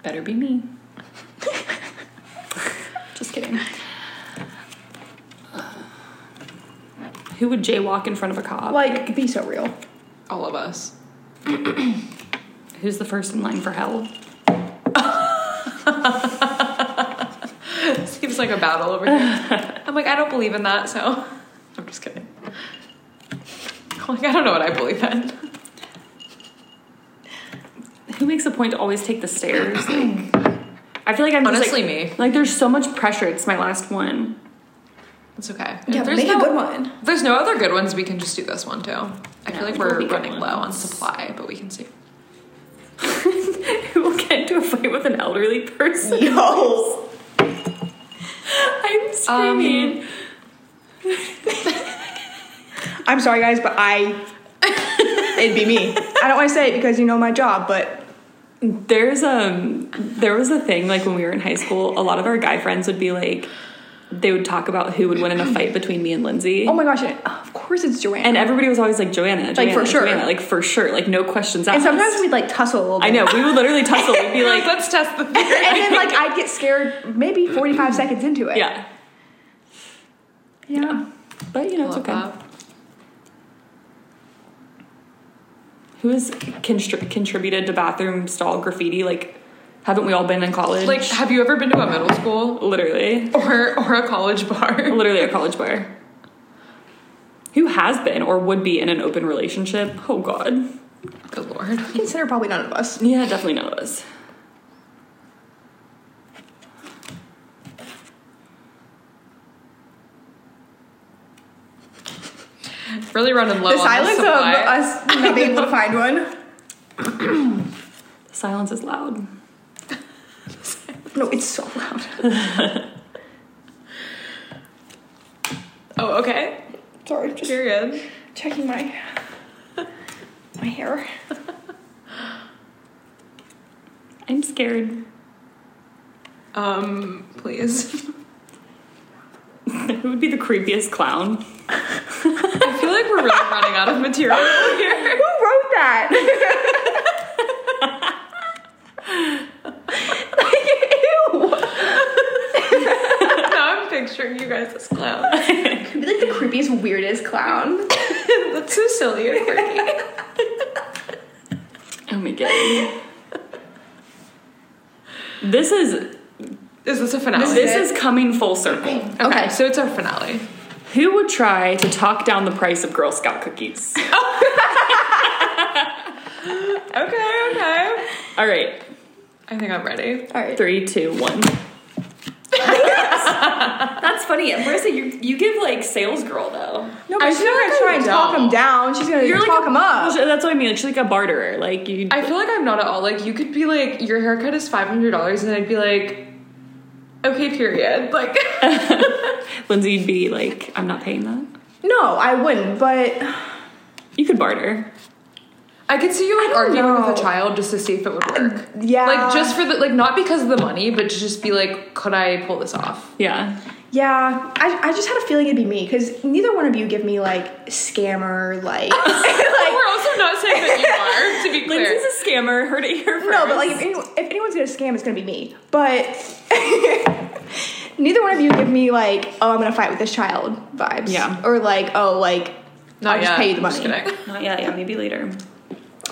Speaker 1: Better be me. Just kidding. Who would jaywalk in front of a cop?
Speaker 3: Like, be so real.
Speaker 2: All of us.
Speaker 1: Who's the first in line for hell?
Speaker 2: Seems like a battle over here. I'm like, I don't believe in that, so. I'm just kidding. I'm like, I don't know what I believe in.
Speaker 1: Who makes a point to always take the stairs? Like, I feel like I'm just,
Speaker 2: Honestly,
Speaker 1: like,
Speaker 2: me.
Speaker 1: Like there's so much pressure. It's my last one.
Speaker 2: It's okay.
Speaker 3: Yeah,
Speaker 2: If there's
Speaker 3: make
Speaker 2: no,
Speaker 3: a good one.
Speaker 2: if there's no other good ones, we can just do this one too. I
Speaker 1: No,
Speaker 2: feel like
Speaker 1: there will
Speaker 2: we're
Speaker 1: be good
Speaker 2: running low on
Speaker 1: ones.
Speaker 2: supply, but we can see.
Speaker 1: Who will get into a fight with an elderly person?
Speaker 3: Yo.
Speaker 1: I'm screaming.
Speaker 3: I'm sorry, guys, but I. it'd be me. I don't want to say it because you know my job, but
Speaker 1: There's um there was a thing like when we were in high school, a lot of our guy friends would be like they would talk about who would win in a fight between me and Lindsay.
Speaker 3: oh my gosh, it, of course it's Joanne.
Speaker 1: and everybody was always like Joanna, Joanna
Speaker 3: for sure.
Speaker 1: Joanna, like for sure, like no questions asked.
Speaker 3: and sometimes we'd like tussle a little bit.
Speaker 1: I know, we would literally tussle. We'd be like
Speaker 2: Let's test the theory.
Speaker 3: and then like I'd get scared maybe 45 seconds into it.
Speaker 1: Yeah.
Speaker 3: Yeah. uh,
Speaker 1: But you know, it's
Speaker 2: Love
Speaker 1: okay.
Speaker 2: that.
Speaker 1: Who has constri- contributed to bathroom stall graffiti? Like, haven't we all been in college?
Speaker 2: Like, have you ever been to a middle school
Speaker 1: literally,
Speaker 2: or or a college bar?
Speaker 1: literally a college bar. Who has been or would be in an open relationship? Oh God.
Speaker 2: Good lord.
Speaker 3: Consider probably none of us.
Speaker 1: Yeah, definitely none of us.
Speaker 2: Really running low.
Speaker 3: the
Speaker 2: on
Speaker 3: silence of
Speaker 2: supply.
Speaker 3: us not being able to find one.
Speaker 1: Silence is loud.
Speaker 3: No, it's so loud.
Speaker 2: Oh, okay.
Speaker 3: Sorry, just
Speaker 2: Period.
Speaker 3: checking my my hair.
Speaker 1: I'm scared.
Speaker 2: Um, please.
Speaker 1: Who would be the creepiest clown?
Speaker 2: I feel like we're really running out of material
Speaker 3: Who
Speaker 2: here.
Speaker 3: wrote that?
Speaker 2: now I'm picturing you guys as clowns.
Speaker 3: Could be like the creepiest, weirdest clown.
Speaker 2: That's so silly and quirky.
Speaker 1: Oh my god. This is
Speaker 2: Is this a finale?
Speaker 1: this Oh, is coming full circle.
Speaker 2: okay, so it's our finale.
Speaker 1: Who would try to talk down the price of Girl Scout cookies?
Speaker 2: Okay, okay.
Speaker 1: All right,
Speaker 2: I think I'm ready.
Speaker 3: All right.
Speaker 1: three, two, one. That's funny, Marissa. You you give like sales girl though.
Speaker 3: No, but
Speaker 2: I
Speaker 3: she's
Speaker 2: feel
Speaker 3: not
Speaker 2: like
Speaker 3: gonna
Speaker 2: I
Speaker 3: try and talk
Speaker 2: don't.
Speaker 3: him down. She's gonna
Speaker 1: You're like
Speaker 3: talk
Speaker 1: a-
Speaker 3: him up.
Speaker 1: Well, That's what I mean. Like, she's like a barterer. Like you.
Speaker 2: I feel like I'm not at all. Like you could be like, your haircut is five hundred dollars, and I'd be like, okay, period. Like
Speaker 1: Lindsay, you'd be like, I'm not paying that.
Speaker 3: No, I wouldn't. But
Speaker 1: You could barter.
Speaker 2: I could see you like
Speaker 3: don't
Speaker 2: arguing
Speaker 3: know.
Speaker 2: with a child just to see if it would work.
Speaker 3: yeah,
Speaker 2: Like just for the like not because of the money, but to just be like, could I pull this off?
Speaker 1: Yeah.
Speaker 3: yeah. I, I just had a feeling it'd be me because neither one of you give me like scammer like like
Speaker 2: We're also not saying that you are, to be
Speaker 1: Lindsay's
Speaker 2: clear.
Speaker 1: a scammer. Heard it here first.
Speaker 3: No, but like if, anyone, if anyone's gonna scam, it's gonna be me. But neither one of you give me like, oh, I'm gonna fight with this child vibes.
Speaker 1: Yeah.
Speaker 3: Or like, oh, like
Speaker 2: Not
Speaker 3: I'll just
Speaker 2: yet.
Speaker 3: pay you the
Speaker 2: I'm just
Speaker 3: money.
Speaker 2: kidding.
Speaker 1: Not yet. Yeah, maybe later.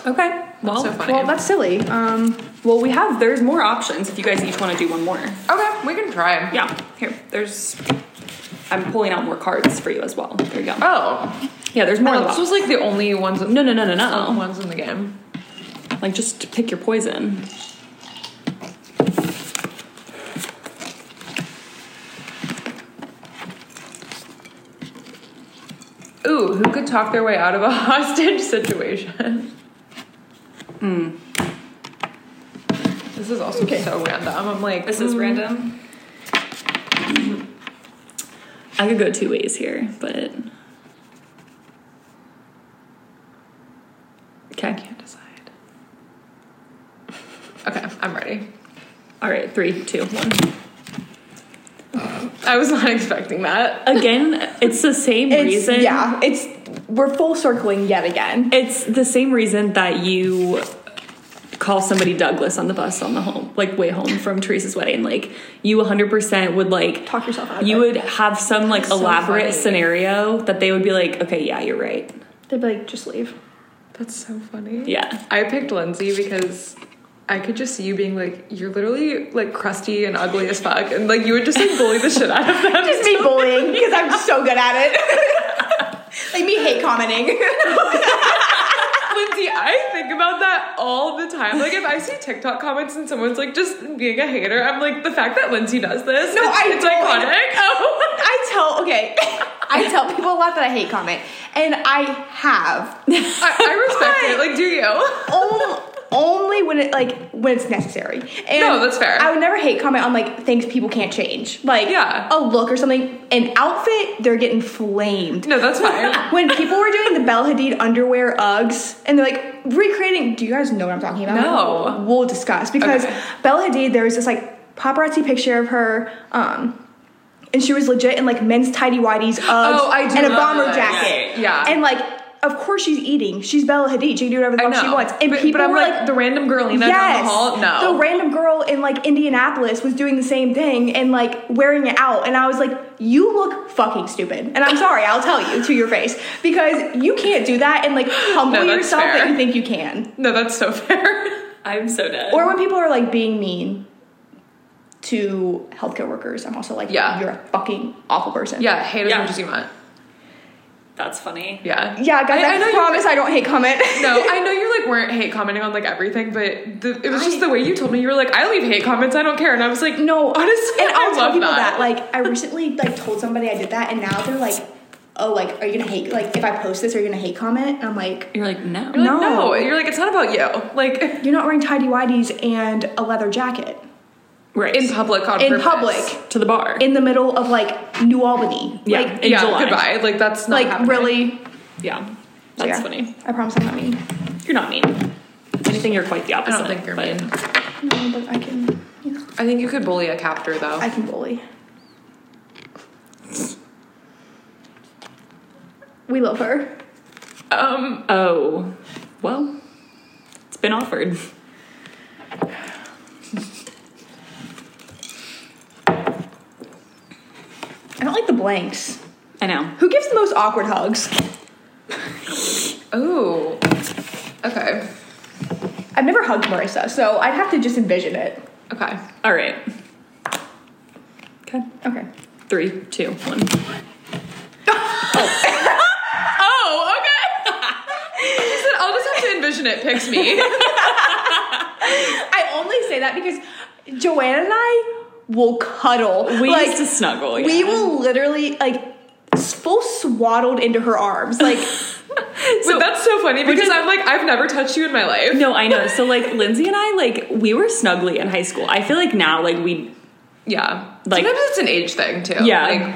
Speaker 3: Okay.
Speaker 1: Well,
Speaker 2: so funny.
Speaker 3: Well, that's silly. Um.
Speaker 1: well, we have. There's more options if you guys each want to do one more.
Speaker 2: Okay, we can try.
Speaker 1: Yeah. Here. There's. I'm pulling out more cards for you as well. There you go.
Speaker 2: Oh,
Speaker 1: Yeah. There's more.
Speaker 2: no,
Speaker 1: of
Speaker 2: this
Speaker 1: the
Speaker 2: was like the only ones.
Speaker 1: No, no, no, no,
Speaker 2: Oh.
Speaker 1: no.
Speaker 2: Ones in the game.
Speaker 1: Like, just pick your poison.
Speaker 2: Ooh, who could talk their way out of a hostage situation?
Speaker 3: Hmm.
Speaker 2: This is also so random. I'm like,
Speaker 1: This is random. I could go two ways here, but.
Speaker 2: I
Speaker 1: Okay.
Speaker 2: can't decide. Okay, I'm ready.
Speaker 1: All right. Three, two, one.
Speaker 2: I was not expecting that.
Speaker 1: Again, it's the same
Speaker 3: It's
Speaker 1: reason.
Speaker 3: yeah. It's we're full circling yet again.
Speaker 1: It's the same reason that you call somebody Douglas on the bus on the home, like way home from Teresa's wedding. Like you 100% would like
Speaker 3: Talk yourself out. of
Speaker 1: You
Speaker 3: it.
Speaker 1: would have some like
Speaker 2: so
Speaker 1: elaborate
Speaker 2: funny.
Speaker 1: scenario that they would be like, okay, yeah, you're right.
Speaker 3: They'd be like, just leave.
Speaker 2: That's so funny.
Speaker 1: Yeah.
Speaker 2: I picked Lindsay because I could just see you being like, you're literally like crusty and ugly as fuck, and like you would just like bully the shit out of them.
Speaker 3: Just me bullying because I'm so good at it. like me hate commenting.
Speaker 2: Lindsay, I think about that all the time. Like if I see TikTok comments and someone's like just being a hater, I'm like, the fact that Lindsay does this,
Speaker 3: No,
Speaker 2: it's,
Speaker 3: I
Speaker 2: it's
Speaker 3: don't.
Speaker 2: iconic. Oh.
Speaker 3: I tell okay. I tell people a lot that I hate comment, and I have
Speaker 2: I, I respect it. Like, do you?
Speaker 3: only, only when it like when it's necessary. And
Speaker 2: No, that's fair.
Speaker 3: I would never hate comment on like things people can't change, like
Speaker 2: Yeah.
Speaker 3: a look or something, an outfit. They're getting flamed.
Speaker 2: No, that's fine.
Speaker 3: When people were doing the Bel Hadid underwear Uggs, and they're like recreating, do you guys know what I'm talking about?
Speaker 2: No.
Speaker 3: we'll discuss because
Speaker 2: Okay.
Speaker 3: Bel Hadid. There was this like paparazzi picture of her. um and she was legit in like men's tidy whities
Speaker 2: Oh, I do
Speaker 3: and a
Speaker 2: remember
Speaker 3: bomber
Speaker 2: that.
Speaker 3: jacket.
Speaker 2: Yeah.
Speaker 3: And like, of course she's eating. She's Bella Hadid. She can do whatever the
Speaker 2: I
Speaker 3: fuck
Speaker 2: know.
Speaker 3: she wants. And
Speaker 2: but,
Speaker 3: people
Speaker 2: but I'm
Speaker 3: were
Speaker 2: like,
Speaker 3: like,
Speaker 2: the random girlina down the hall. No,
Speaker 3: The random girl in like Indianapolis was doing the same thing and like wearing it out. And I was like, you look fucking stupid. And I'm sorry, I'll tell you to your face. Because you can't do that and like humble
Speaker 2: No, that's
Speaker 3: yourself that
Speaker 2: fair.
Speaker 3: you think you can.
Speaker 2: no, that's so fair.
Speaker 1: I'm so dead.
Speaker 3: Or when people are like being mean to healthcare workers, I'm also like,
Speaker 2: Yeah.
Speaker 3: you're a fucking awful person.
Speaker 2: Yeah, hate as
Speaker 1: Yeah.
Speaker 2: much as you want.
Speaker 1: That's funny.
Speaker 2: Yeah.
Speaker 3: Yeah, guys, I,
Speaker 2: I know you-
Speaker 3: promise I don't hate comment.
Speaker 2: No, I know you like weren't hate commenting on like everything, but the, it was just the way you told me. You were like, I leave hate comments, I don't care, and I was like,
Speaker 3: No,
Speaker 2: honestly,
Speaker 3: and
Speaker 2: I
Speaker 3: I'll tell
Speaker 2: love
Speaker 3: people
Speaker 2: that.
Speaker 3: that. Like, I recently like told somebody I did that, and now they're like, "Oh, like, are you gonna hate? Like, if I post this, are you gonna hate comment?" And I'm like,
Speaker 1: You're like, no.
Speaker 2: You're like,
Speaker 3: No.
Speaker 2: no, you're like, it's not about you. Like
Speaker 3: "You're not wearing tidy whities and a leather jacket
Speaker 1: Right.
Speaker 2: in public, on
Speaker 3: in
Speaker 2: purpose.
Speaker 3: public
Speaker 1: to the bar.
Speaker 3: in the middle of like New Albany."
Speaker 1: yeah.
Speaker 3: like,
Speaker 1: in
Speaker 2: yeah,
Speaker 1: July.
Speaker 2: goodbye. Like that's not
Speaker 3: like
Speaker 2: happening.
Speaker 3: really.
Speaker 1: Yeah.
Speaker 3: So,
Speaker 1: That's
Speaker 3: yeah.
Speaker 1: funny.
Speaker 3: I promise I'm not mean.
Speaker 1: You're not mean. If anything, you're quite the
Speaker 2: I
Speaker 1: opposite.
Speaker 2: don't think you're
Speaker 1: but-
Speaker 2: mean.
Speaker 3: No, but I can.
Speaker 2: I think you could bully a captor though.
Speaker 3: I can bully. We love her.
Speaker 2: um,
Speaker 1: Oh, well, it's been offered.
Speaker 3: I don't like the blanks.
Speaker 1: I know.
Speaker 3: Who gives the most awkward hugs?
Speaker 2: oh, okay,
Speaker 3: I've never hugged Marissa, so I'd have to just envision it.
Speaker 2: okay.
Speaker 1: All right. Okay.
Speaker 3: Okay.
Speaker 1: Three, two, one.
Speaker 2: Oh, okay. she said, "I'll just have to envision it." Picks me.
Speaker 3: I only say that because Joanna and I will cuddle.
Speaker 1: We
Speaker 3: like,
Speaker 1: used to snuggle.
Speaker 3: We
Speaker 1: yeah.
Speaker 3: will literally like s- full swaddled into her arms. Like
Speaker 2: Wait, that's so funny because I'm like, I've never touched you in my life.
Speaker 1: No, I know. So like Lindsay and I, like we were snuggly in high school. I feel like now, like we,
Speaker 2: Yeah,
Speaker 1: Like-
Speaker 2: sometimes it's an age thing too.
Speaker 1: yeah.
Speaker 2: like,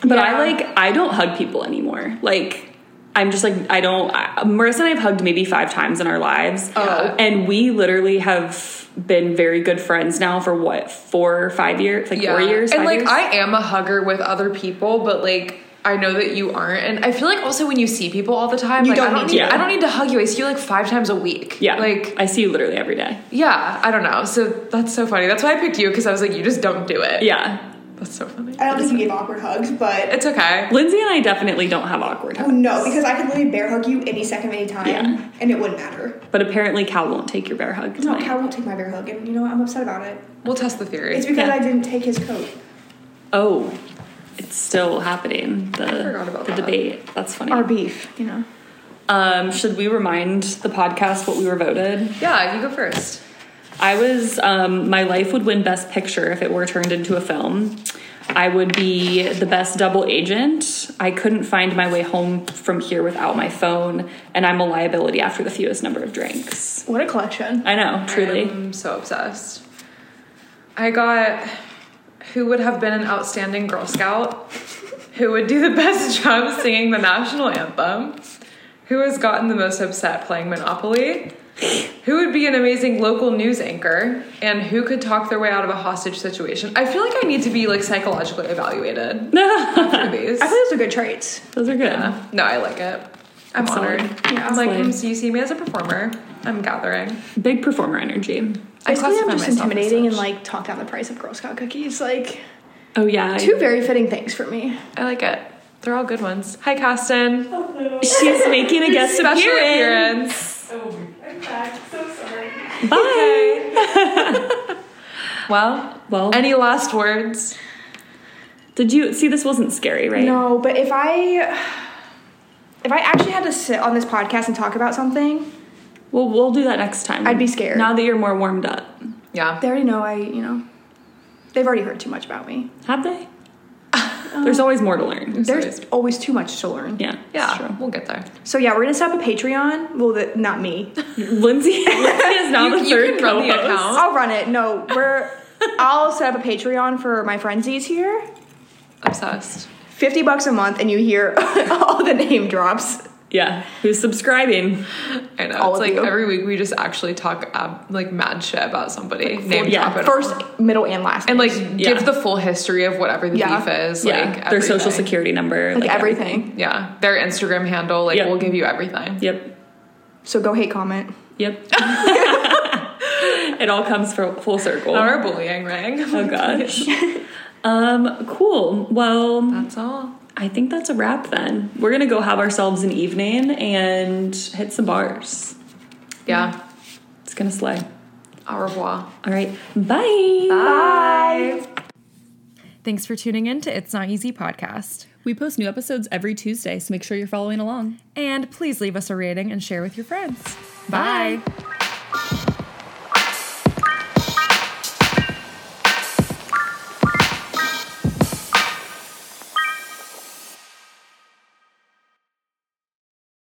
Speaker 1: but
Speaker 3: Yeah.
Speaker 1: I like I don't hug people anymore. Like I'm just like I don't. I, Marissa and I've hugged maybe five times in our lives.
Speaker 2: Oh.
Speaker 1: and we literally have been very good friends now for what four or five years, like
Speaker 2: yeah.
Speaker 1: four years.
Speaker 2: and
Speaker 1: five
Speaker 2: like,
Speaker 1: years?
Speaker 2: I am a hugger with other people, but like. I know that you aren't, and I feel like also when you see people all the time,
Speaker 3: You
Speaker 2: like I
Speaker 3: don't
Speaker 2: don't
Speaker 3: need
Speaker 2: need,
Speaker 1: to.
Speaker 2: I don't need to hug you. I see you like five times a week.
Speaker 1: yeah,
Speaker 2: like
Speaker 1: I see you literally every day.
Speaker 2: yeah, I don't know. So that's so funny. That's why I picked you because I was like, you just don't do it.
Speaker 1: Yeah,
Speaker 2: that's so funny.
Speaker 3: I don't think you give awkward hugs, but
Speaker 2: It's okay.
Speaker 1: Lindsay and I definitely don't have awkward
Speaker 2: Oh,
Speaker 1: hugs.
Speaker 3: no, because I could literally bear hug you any second of any time,
Speaker 1: Yeah.
Speaker 3: and it wouldn't matter.
Speaker 1: But apparently, Cal won't take your bear hug
Speaker 3: No,
Speaker 1: tonight.
Speaker 3: Cal won't take my bear hug, and you know what? I'm upset about it.
Speaker 2: We'll test the theory.
Speaker 3: It's because
Speaker 1: Yeah.
Speaker 3: I didn't take his coat.
Speaker 1: Oh, it's still happening. The,
Speaker 2: forgot about
Speaker 1: the
Speaker 2: that.
Speaker 1: debate. That's funny.
Speaker 3: beef, you know.
Speaker 1: Um, should we remind the podcast what we were voted?
Speaker 2: yeah, you go first.
Speaker 1: I was, um, my life would win Best Picture if it were turned into a film. I would be the best double agent. I couldn't find my way home from here without my phone. And I'm a liability after the fewest number of drinks.
Speaker 3: What a collection.
Speaker 1: I know, truly.
Speaker 2: I'm so obsessed. I got who would have been an outstanding Girl Scout, who would do the best job singing the national anthem, who has gotten the most upset playing Monopoly, who would be an amazing local news anchor, and who could talk their way out of a hostage situation. I feel like I need to be like psychologically evaluated for these.
Speaker 3: I think those are good traits.
Speaker 1: Those are good.
Speaker 2: No, I like it. I'm
Speaker 1: It's
Speaker 2: honored.
Speaker 1: solid.
Speaker 3: Yeah,
Speaker 2: I'm like,
Speaker 1: solid.
Speaker 2: mm, so you see me as a performer. I'm gathering.
Speaker 1: Big performer energy.
Speaker 3: Basically, I'm
Speaker 2: classify
Speaker 3: just
Speaker 2: myself as
Speaker 3: intimidating and
Speaker 2: such.
Speaker 3: like talk down the price of Girl Scout cookies. Like
Speaker 1: Oh, yeah. I-
Speaker 3: two very fitting things for me.
Speaker 2: I like it. They're all good ones. Hi, Kasten.
Speaker 1: She's making a guest
Speaker 2: Special
Speaker 1: appearance.
Speaker 2: appearance.
Speaker 1: Bye.
Speaker 2: Well,
Speaker 1: Well,
Speaker 2: any last words?
Speaker 1: did you see this wasn't scary, right?
Speaker 3: No, but if I if I actually had to sit on this podcast and talk about something,
Speaker 1: Well, we'll do that next time.
Speaker 3: I'd be scared.
Speaker 1: Now that you're more warmed up.
Speaker 2: Yeah.
Speaker 3: they already know I, you know, they've already heard too much about me.
Speaker 1: Have they? There's always more to learn.
Speaker 2: Sorry.
Speaker 3: There's always too much to learn.
Speaker 1: Yeah. that's
Speaker 2: Yeah, we'll get there.
Speaker 3: So yeah, we're gonna set up a Patreon. Well, the, not me.
Speaker 1: True. Lindsay, Lindsay is now
Speaker 2: You-
Speaker 1: the
Speaker 2: you
Speaker 1: third
Speaker 2: can run the
Speaker 1: co-host.
Speaker 2: account.
Speaker 3: I'll run it. No, we're. I'll set up a Patreon for my friendsies here.
Speaker 2: Obsessed.
Speaker 3: Fifty bucks a month, and you hear all the name drops.
Speaker 1: Yeah. Who's subscribing?
Speaker 2: I know.
Speaker 3: All
Speaker 2: it's
Speaker 3: of
Speaker 2: like
Speaker 3: you.
Speaker 2: every week we just actually talk ab- like mad shit about somebody. name
Speaker 1: yeah,
Speaker 2: drop it. all.
Speaker 3: First, middle, and last.
Speaker 2: and like
Speaker 1: Yeah.
Speaker 2: give the full history of whatever the
Speaker 3: Yeah.
Speaker 2: beef is.
Speaker 1: yeah.
Speaker 2: Like
Speaker 1: Their social
Speaker 2: everything.
Speaker 1: security number.
Speaker 3: like, everything.
Speaker 2: Yeah. Their Instagram handle. Like
Speaker 1: Yeah.
Speaker 2: we'll give you everything.
Speaker 1: Yep.
Speaker 3: So go hate comment.
Speaker 1: Yep. it all comes full full circle.
Speaker 2: Not our bullying ring.
Speaker 1: Oh gosh. um, cool. Well,
Speaker 2: That's all.
Speaker 1: I think that's a wrap then. We're gonna go have ourselves an evening and hit some bars.
Speaker 2: Yeah.
Speaker 1: It's gonna slay.
Speaker 2: Au revoir.
Speaker 1: All right, bye.
Speaker 2: Bye. Thanks for tuning in to It's Not Easy podcast.
Speaker 1: We post new episodes every Tuesday, so make sure you're following along.
Speaker 2: And please leave us a rating and share with your friends.
Speaker 1: Bye.
Speaker 2: Bye.